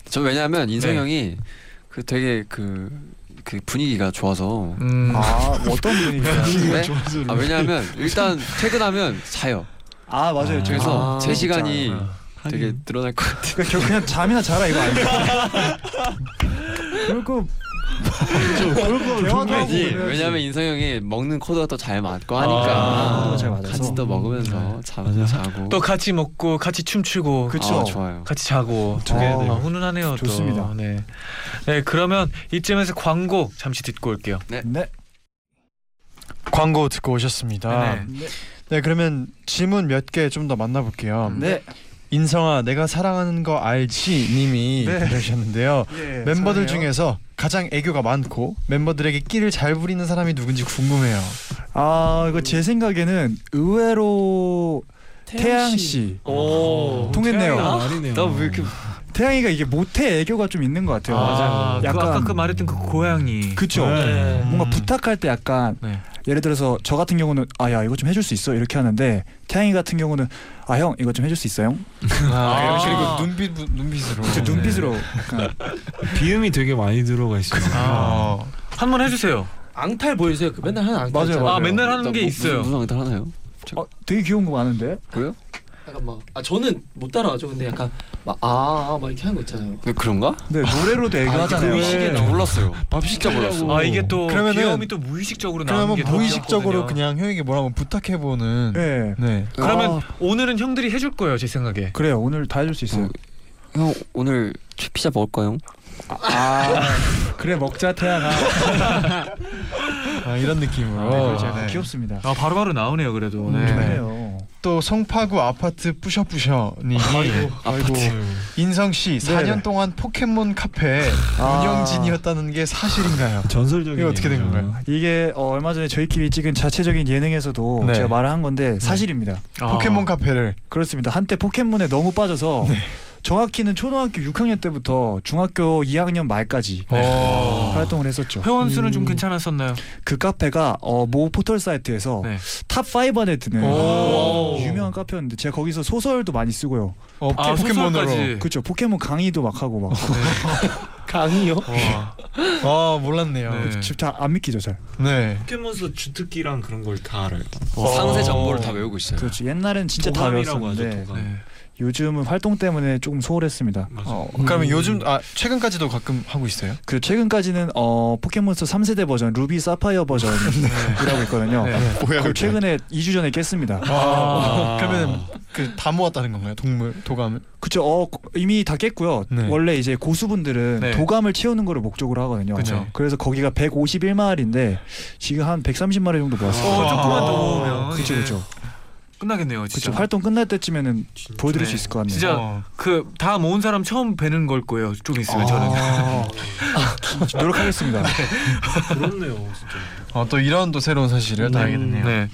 [SPEAKER 9] 저 왜냐하면 인성
[SPEAKER 3] 네.
[SPEAKER 9] 형이 그 되게 그. 그 분위기가 좋아서
[SPEAKER 3] 음.
[SPEAKER 8] 아, 뭐 어떤 분위기가?
[SPEAKER 9] 네? 아 왜냐하면 일단 퇴근하면 자요
[SPEAKER 8] 아, 맞아요.
[SPEAKER 7] 아,
[SPEAKER 9] 그래서
[SPEAKER 10] 아,
[SPEAKER 9] 제 시간이 되게
[SPEAKER 7] 하긴.
[SPEAKER 9] 늘어날 것 같아요
[SPEAKER 8] 그러니까 결국 그냥 잠이나 자라 이거 아니야. 그럴 거 그럴 거 대화도 하고
[SPEAKER 9] 왜지?
[SPEAKER 8] 그래야지.
[SPEAKER 9] 왜냐면 인성 형이 먹는 코드가 또 잘 맞고
[SPEAKER 8] 아,
[SPEAKER 9] 하니까
[SPEAKER 8] 코드가 잘 맞아서.
[SPEAKER 9] 같이 또 먹으면서 자,
[SPEAKER 7] 맞아요.
[SPEAKER 9] 자고
[SPEAKER 3] 또 같이 먹고 같이 춤추고
[SPEAKER 8] 그쵸.
[SPEAKER 9] 아, 좋아요
[SPEAKER 3] 같이 자고
[SPEAKER 8] 아,
[SPEAKER 3] 아, 훈훈하네요. 또.
[SPEAKER 8] 좋습니다.
[SPEAKER 3] 네. 네 그러면 이쯤에서 광고 잠시 듣고 올게요.
[SPEAKER 8] 네.
[SPEAKER 2] 광고 듣고 오셨습니다.
[SPEAKER 3] 네네.
[SPEAKER 8] 네.
[SPEAKER 2] 네 그러면 질문 몇 개 좀 더 만나볼게요.
[SPEAKER 8] 네.
[SPEAKER 2] 인성아 내가 사랑하는 거 알지? 님이
[SPEAKER 8] 네.
[SPEAKER 2] 그러셨는데요.
[SPEAKER 3] 네,
[SPEAKER 8] 예,
[SPEAKER 2] 멤버들
[SPEAKER 8] 사랑해요.
[SPEAKER 2] 중에서 가장 애교가 많고 멤버들에게 끼를 잘 부리는 사람이 누군지 궁금해요.
[SPEAKER 8] 아, 이거 제 생각에는 의외로 태양 씨.
[SPEAKER 10] 오.
[SPEAKER 8] 통했네요.
[SPEAKER 7] 태양이랑 말이네요.
[SPEAKER 9] 나 왜 이렇게
[SPEAKER 8] 태양이가 이게 모태 애교가 좀 있는 것 같아요.
[SPEAKER 3] 아, 그
[SPEAKER 8] 약간-
[SPEAKER 3] 아까 그 말했던 그 고양이.
[SPEAKER 8] 그쵸.
[SPEAKER 3] 네.
[SPEAKER 8] 뭔가 부탁할 때 약간
[SPEAKER 3] 네.
[SPEAKER 8] 예를 들어서 저 같은 경우는 아 야 이거 좀 해줄 수 있어 이렇게 하는데 태양이 같은 경우는 아 형 이거 좀 해줄 수 있어요?
[SPEAKER 3] 아,
[SPEAKER 2] 그리고 눈빛 눈빛으로.
[SPEAKER 8] 저 눈빛으로 약간
[SPEAKER 7] 비음이 되게 많이 들어가 있어요.
[SPEAKER 3] 아. 한 번 해주세요.
[SPEAKER 10] 앙탈 보여주세요. 그 맨날 하는 앙탈.
[SPEAKER 8] 맞아요,
[SPEAKER 10] 있잖아요.
[SPEAKER 3] 아
[SPEAKER 8] 맞아요.
[SPEAKER 3] 맨날 하는 게
[SPEAKER 9] 무-
[SPEAKER 3] 있어요.
[SPEAKER 9] 무슨 왕탈 하나요?
[SPEAKER 8] 어, 되게 귀여운 거 많은데
[SPEAKER 9] 뭐요?
[SPEAKER 10] 약간 막, 아 저는 못 따라하죠. 근데 약간 막 아, 아, 막 이렇게 하는 거 있잖아요.
[SPEAKER 9] 근데 그런가?
[SPEAKER 8] 네 노래로도 애교하잖아요.
[SPEAKER 9] 나 몰랐어요
[SPEAKER 7] 밥
[SPEAKER 9] 진짜 몰랐어
[SPEAKER 3] 아 이게 또
[SPEAKER 2] 그러면은-
[SPEAKER 3] 귀여움이 또 무의식적으로 나오는
[SPEAKER 2] 그러면
[SPEAKER 3] 게더
[SPEAKER 2] 무의식적으로 그냥 형에게 뭘 한번 부탁해보는. 네.
[SPEAKER 8] 네
[SPEAKER 3] 그러면
[SPEAKER 8] 아,
[SPEAKER 3] 오늘은 형들이 해줄 거예요 제 생각에.
[SPEAKER 8] 그래요 오늘 다 해줄 수 있어요.
[SPEAKER 9] 형 오늘 피자 먹을까 형?
[SPEAKER 8] 아 그래 먹자 태양아.
[SPEAKER 2] 아, 이런
[SPEAKER 8] 네,
[SPEAKER 2] 느낌으로.
[SPEAKER 8] 그렇죠. 약간
[SPEAKER 2] 네.
[SPEAKER 8] 귀엽습니다.
[SPEAKER 3] 아 바로바로 나오네요 그래도.
[SPEAKER 8] 음,
[SPEAKER 3] 네.
[SPEAKER 8] 좋네요.
[SPEAKER 2] 또 성파구 아파트 뿌셔뿌셔님이
[SPEAKER 9] 아이고
[SPEAKER 2] 인성 씨
[SPEAKER 8] 네.
[SPEAKER 2] 4년 동안 포켓몬 카페
[SPEAKER 8] 아.
[SPEAKER 2] 운영진이었다는 게 사실인가요?
[SPEAKER 7] 전설적인
[SPEAKER 2] 이거 어떻게 된
[SPEAKER 7] 얘기죠.
[SPEAKER 2] 건가요?
[SPEAKER 8] 이게 어, 얼마 전에 저희끼리 찍은 자체적인 예능에서도
[SPEAKER 2] 네.
[SPEAKER 8] 제가 말을 한 건데 사실입니다.
[SPEAKER 3] 아.
[SPEAKER 2] 포켓몬 카페를
[SPEAKER 7] 네.
[SPEAKER 8] 그렇습니다. 한때 포켓몬에 너무 빠져서 정확히는 초등학교 6학년 때부터 중학교 2학년 말까지
[SPEAKER 7] 아.
[SPEAKER 3] 네.
[SPEAKER 8] 활동을 했었죠.
[SPEAKER 3] 회원 수는 좀
[SPEAKER 6] 음.
[SPEAKER 3] 괜찮았었나요?
[SPEAKER 8] 그 카페가 어, 모 포털 사이트에서
[SPEAKER 3] 네.
[SPEAKER 8] 탑 5 안에 드는
[SPEAKER 3] 오.
[SPEAKER 8] 유명한 카페였는데 제가 거기서 소설도 많이 쓰고요.
[SPEAKER 2] 어,
[SPEAKER 3] 아,
[SPEAKER 2] 포켓몬으로.
[SPEAKER 7] 네.
[SPEAKER 3] 소설까지.
[SPEAKER 8] 그렇죠. 포켓몬 강의도 막 하고 막
[SPEAKER 3] 네,
[SPEAKER 6] 강이요?
[SPEAKER 3] 와.
[SPEAKER 2] 아 몰랐네요.
[SPEAKER 3] 네.
[SPEAKER 8] 다안 믿기죠 잘.
[SPEAKER 2] 네.
[SPEAKER 7] 포켓몬스터 주특기랑 그런 걸 다 알아요.
[SPEAKER 9] 상세 정보를 다 외우고 있어요.
[SPEAKER 8] 그렇죠. 옛날엔 진짜 다
[SPEAKER 7] 도감이라고 하죠.
[SPEAKER 8] 외웠었는데
[SPEAKER 7] 도감.
[SPEAKER 3] 네.
[SPEAKER 8] 요즘은 활동 때문에 조금 소홀했습니다.
[SPEAKER 7] 맞아요.
[SPEAKER 2] 어,
[SPEAKER 3] 음.
[SPEAKER 2] 그러면 요즘 아 최근까지도 가끔 하고 있어요?
[SPEAKER 8] 그 최근까지는 어, 포켓몬스터 3세대 버전 루비 사파이어 버전이라고 있거든요.
[SPEAKER 3] 네.
[SPEAKER 2] 뭐야
[SPEAKER 8] 그걸 최근에 2주 전에 깼습니다.
[SPEAKER 2] 아, 그러면 그 다 모았다는 건가요? 동물 도감을?
[SPEAKER 8] 그쵸. 어, 이미 다 깼고요.
[SPEAKER 2] 네.
[SPEAKER 8] 원래 이제 고수분들은
[SPEAKER 3] 네.
[SPEAKER 8] 도감을 채우는 거를 목적으로 하거든요.
[SPEAKER 3] 그쵸.
[SPEAKER 8] 래서 거기가 151마리인데 지금 한 130마리 정도
[SPEAKER 3] 어,
[SPEAKER 8] 모았어요.
[SPEAKER 3] 조금만 더 보면
[SPEAKER 8] 아,
[SPEAKER 3] 네.
[SPEAKER 8] 그쵸 그쵸.
[SPEAKER 3] 끝나겠네요, 진짜.
[SPEAKER 8] 그쵸. 활동 끝날 때쯤에는 보여드릴
[SPEAKER 3] 네.
[SPEAKER 8] 수 있을 것 같네요.
[SPEAKER 3] 진짜
[SPEAKER 2] 어.
[SPEAKER 3] 그 다 모은 사람 처음 뵈는 걸 거예요. 좀 있으면 저는.
[SPEAKER 8] 아, 노력하겠습니다.
[SPEAKER 7] 그렇네요, 진짜.
[SPEAKER 2] 어, 또 이런 또 새로운 사실을 다 알게 됐네요.
[SPEAKER 3] 네.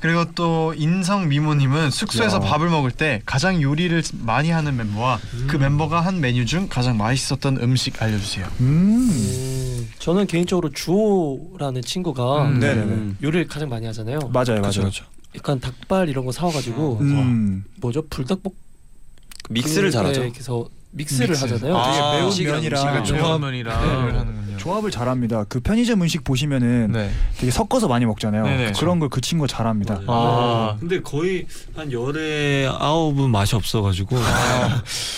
[SPEAKER 2] 그리고 또 인성 미모님은 숙소에서
[SPEAKER 8] 야.
[SPEAKER 2] 밥을 먹을 때 가장 요리를 많이 하는 멤버와
[SPEAKER 3] 음.
[SPEAKER 2] 그 멤버가 한 메뉴 중 가장 맛있었던 음식 알려주세요.
[SPEAKER 8] 음.
[SPEAKER 10] 저는 개인적으로 주호라는 친구가
[SPEAKER 3] 음,
[SPEAKER 8] 네네네.
[SPEAKER 9] 음.
[SPEAKER 10] 요리를 가장 많이 하잖아요.
[SPEAKER 8] 맞아요, 맞아요.
[SPEAKER 9] 그쵸, 그쵸.
[SPEAKER 10] 약간 닭발 이런 거 사와가지고
[SPEAKER 8] 음.
[SPEAKER 10] 뭐죠 불닭볶
[SPEAKER 9] 믹스를 잘하죠.
[SPEAKER 10] 그래서 믹스를
[SPEAKER 2] 믹스.
[SPEAKER 10] 하잖아요.
[SPEAKER 3] 아, 되게 매운
[SPEAKER 9] 음식이랑
[SPEAKER 8] 면이랑
[SPEAKER 9] 음식을
[SPEAKER 2] 좀-
[SPEAKER 3] 조화면이랑
[SPEAKER 2] 하는군요.
[SPEAKER 8] 조합을 잘합니다. 그 편의점 음식 보시면은
[SPEAKER 2] 네.
[SPEAKER 8] 되게 섞어서 많이 먹잖아요.
[SPEAKER 3] 네네.
[SPEAKER 8] 그런 걸 그 친구가 잘합니다.
[SPEAKER 7] 맞아요.
[SPEAKER 2] 아.
[SPEAKER 7] 네. 근데 거의 한 열에 아홉은 맛이 없어가지고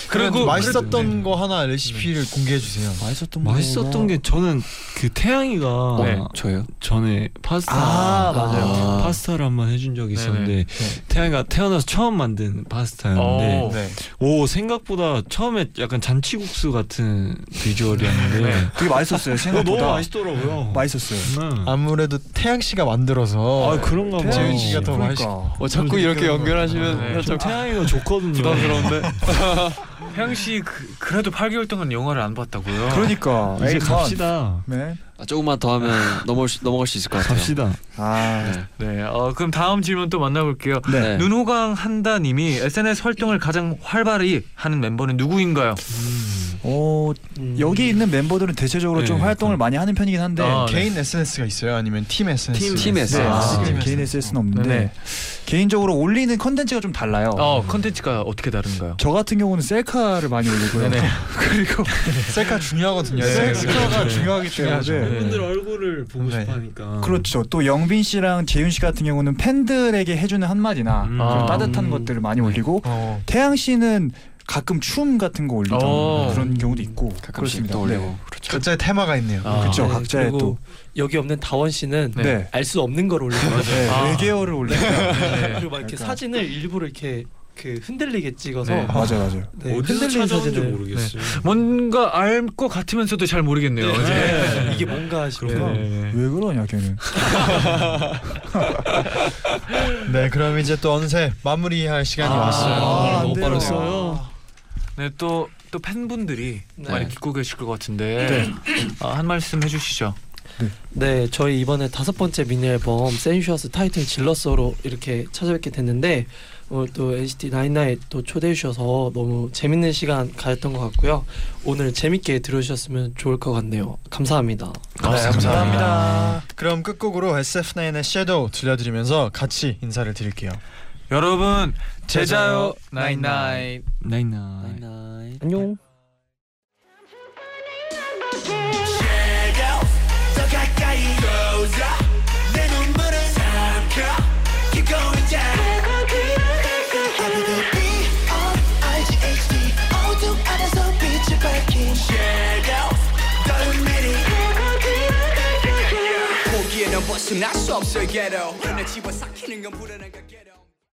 [SPEAKER 2] 그리고
[SPEAKER 3] 그래도-
[SPEAKER 2] 맛있었던 거 하나 레시피를 공개해 주세요.
[SPEAKER 8] 맛있었던 거.
[SPEAKER 7] 맛있었던 게 저는 그 태양이가
[SPEAKER 3] 네.
[SPEAKER 9] 저요?
[SPEAKER 7] 전에 파스타
[SPEAKER 8] 아, 맞아요.
[SPEAKER 9] 아.
[SPEAKER 7] 파스타를 한 번 해준 적이 있었는데
[SPEAKER 2] 네.
[SPEAKER 7] 태양이가 태어나서 처음 만든 파스타였는데
[SPEAKER 3] 오.
[SPEAKER 2] 네.
[SPEAKER 7] 오 생각보다 처음에 약간 잔치국수 같은 비주얼이었는데 아,
[SPEAKER 8] 되게
[SPEAKER 7] 어,
[SPEAKER 8] 맛있었어요.
[SPEAKER 7] 너무
[SPEAKER 8] 생각보다
[SPEAKER 7] 맛있더라고요.
[SPEAKER 8] 맛있었어요.
[SPEAKER 7] 네.
[SPEAKER 2] 아무래도 태양 씨가 만들어서
[SPEAKER 7] 아 그런가 봐요.
[SPEAKER 2] 재윤 씨가 더
[SPEAKER 8] 그러니까.
[SPEAKER 2] 맛있어.
[SPEAKER 9] 어, 자꾸 이렇게 연결하시면
[SPEAKER 3] 네.
[SPEAKER 9] 나
[SPEAKER 7] 저 태양이가 좋거든요.
[SPEAKER 9] 부담스러운데.
[SPEAKER 3] 혜영 씨 그, 그래도 8개월 동안 영화를 안 봤다고요?
[SPEAKER 8] 그러니까.
[SPEAKER 7] 아, 이제
[SPEAKER 8] 에이, 선.
[SPEAKER 7] 갑시다.
[SPEAKER 8] 네.
[SPEAKER 9] 아, 조금만 더 하면 넘어갈 수, 넘어갈 수 있을 것 같아요.
[SPEAKER 7] 갑시다.
[SPEAKER 8] 아,
[SPEAKER 3] 네. 어, 그럼 다음 질문 또 만나볼게요.
[SPEAKER 8] 네.
[SPEAKER 9] 네.
[SPEAKER 3] 눈호강 한다님이 SNS 활동을 가장 활발히 하는 멤버는 누구인가요?
[SPEAKER 8] 어,
[SPEAKER 10] 음.
[SPEAKER 8] 여기 있는 멤버들은 대체적으로 좀
[SPEAKER 7] 네,
[SPEAKER 8] 활동을 많이 하는 편이긴 한데
[SPEAKER 3] 아, 네.
[SPEAKER 2] 개인 SNS가 있어요? 아니면 팀 SNS?
[SPEAKER 9] 팀, 팀
[SPEAKER 8] 네,
[SPEAKER 9] SNS.
[SPEAKER 8] 아,
[SPEAKER 2] 지금
[SPEAKER 8] 개인 SNS는 없는데
[SPEAKER 3] 네.
[SPEAKER 8] 개인적으로 올리는 컨텐츠가 좀 달라요.
[SPEAKER 3] 어, 컨텐츠가 어떻게 다른가요?
[SPEAKER 8] 저 같은 경우는 셀카를 많이 올리고요.
[SPEAKER 3] 네네.
[SPEAKER 8] 그리고
[SPEAKER 2] 네. 셀카 중요하거든요.
[SPEAKER 3] 네,
[SPEAKER 2] 셀카가
[SPEAKER 7] 네.
[SPEAKER 2] 중요하기 때문에
[SPEAKER 8] 네.
[SPEAKER 7] 팬분들 얼굴을 보고
[SPEAKER 2] 네.
[SPEAKER 7] 싶어하니까.
[SPEAKER 8] 그렇죠. 또 영빈 씨랑 재윤 씨 같은 경우는 팬들에게 해주는 한마디나
[SPEAKER 7] 음.
[SPEAKER 8] 그런
[SPEAKER 3] 아.
[SPEAKER 8] 따뜻한 것들을 많이 올리고
[SPEAKER 2] 어,
[SPEAKER 8] 태양 씨는 가끔 춤 같은 거 올리던
[SPEAKER 3] 어.
[SPEAKER 8] 그런 경우도 있고
[SPEAKER 9] 가끔씩
[SPEAKER 8] 그렇습니다.
[SPEAKER 9] 또 올리고.
[SPEAKER 8] 네.
[SPEAKER 9] 그렇죠.
[SPEAKER 2] 각자의 테마가 있네요.
[SPEAKER 3] 아.
[SPEAKER 8] 그렇죠.
[SPEAKER 10] 네,
[SPEAKER 8] 각자의
[SPEAKER 10] 그리고
[SPEAKER 8] 또
[SPEAKER 10] 여기 없는 다원 씨는
[SPEAKER 8] 네. 네.
[SPEAKER 10] 알 수 없는 걸 올리고
[SPEAKER 8] 네.
[SPEAKER 3] 아. 네.
[SPEAKER 8] 외계어를 올리고
[SPEAKER 10] 그리고
[SPEAKER 7] 그러니까.
[SPEAKER 10] 막 이렇게
[SPEAKER 8] 약간.
[SPEAKER 10] 사진을 일부러 이렇게 그 흔들리게 찍어서
[SPEAKER 3] 네.
[SPEAKER 8] 맞아요, 맞아요.
[SPEAKER 10] 네,
[SPEAKER 7] 어디서
[SPEAKER 10] 흔들리는
[SPEAKER 7] 찾아온지
[SPEAKER 10] 사진을
[SPEAKER 7] 모르겠어요.
[SPEAKER 3] 뭔가 알 것 같으면서도 잘 모르겠네요. 이제.
[SPEAKER 10] 네. 이게 뭔가 싶어요.
[SPEAKER 7] 네, 네.
[SPEAKER 8] 왜 그러냐 걔는.
[SPEAKER 2] 네, 그럼 이제 또 어느새 마무리할 시간이 왔어요.
[SPEAKER 8] 아,
[SPEAKER 9] 못
[SPEAKER 8] 돼요.
[SPEAKER 9] 빠르네요.
[SPEAKER 3] 네, 또, 또 팬분들이
[SPEAKER 10] 네.
[SPEAKER 3] 많이 듣고 계실 것 같은데 아, 한 말씀 해주시죠.
[SPEAKER 10] 네, 저희 이번에 다섯 번째 미니 앨범 센슈어스 타이틀 질러서로 이렇게 찾아뵙게 됐는데 오늘 또 NCT 99 또 초대해 주셔서 너무 재밌는 시간 가졌던 것 같고요. 오늘 재밌게 들어주셨으면 좋을 것 같네요. 감사합니다.
[SPEAKER 3] 아,
[SPEAKER 2] 그럼 끝곡으로 SF9의 Shadow 들려드리면서 같이 인사를 드릴게요.
[SPEAKER 3] 여러분 제자요
[SPEAKER 2] 제자요
[SPEAKER 3] 나인나인.
[SPEAKER 7] 나이나.
[SPEAKER 10] 안녕.
[SPEAKER 5] 제가 더 가까이 오자 내 눈물을 삼켜 Keep going down I will be B-O-R-G-H-D 어둠 안에서 빛을 밝힌 제가 다른 미리 포기에 넌 벗어날 수 없어 ghetto 내 집어 삼키는 건 불안한 건 ghetto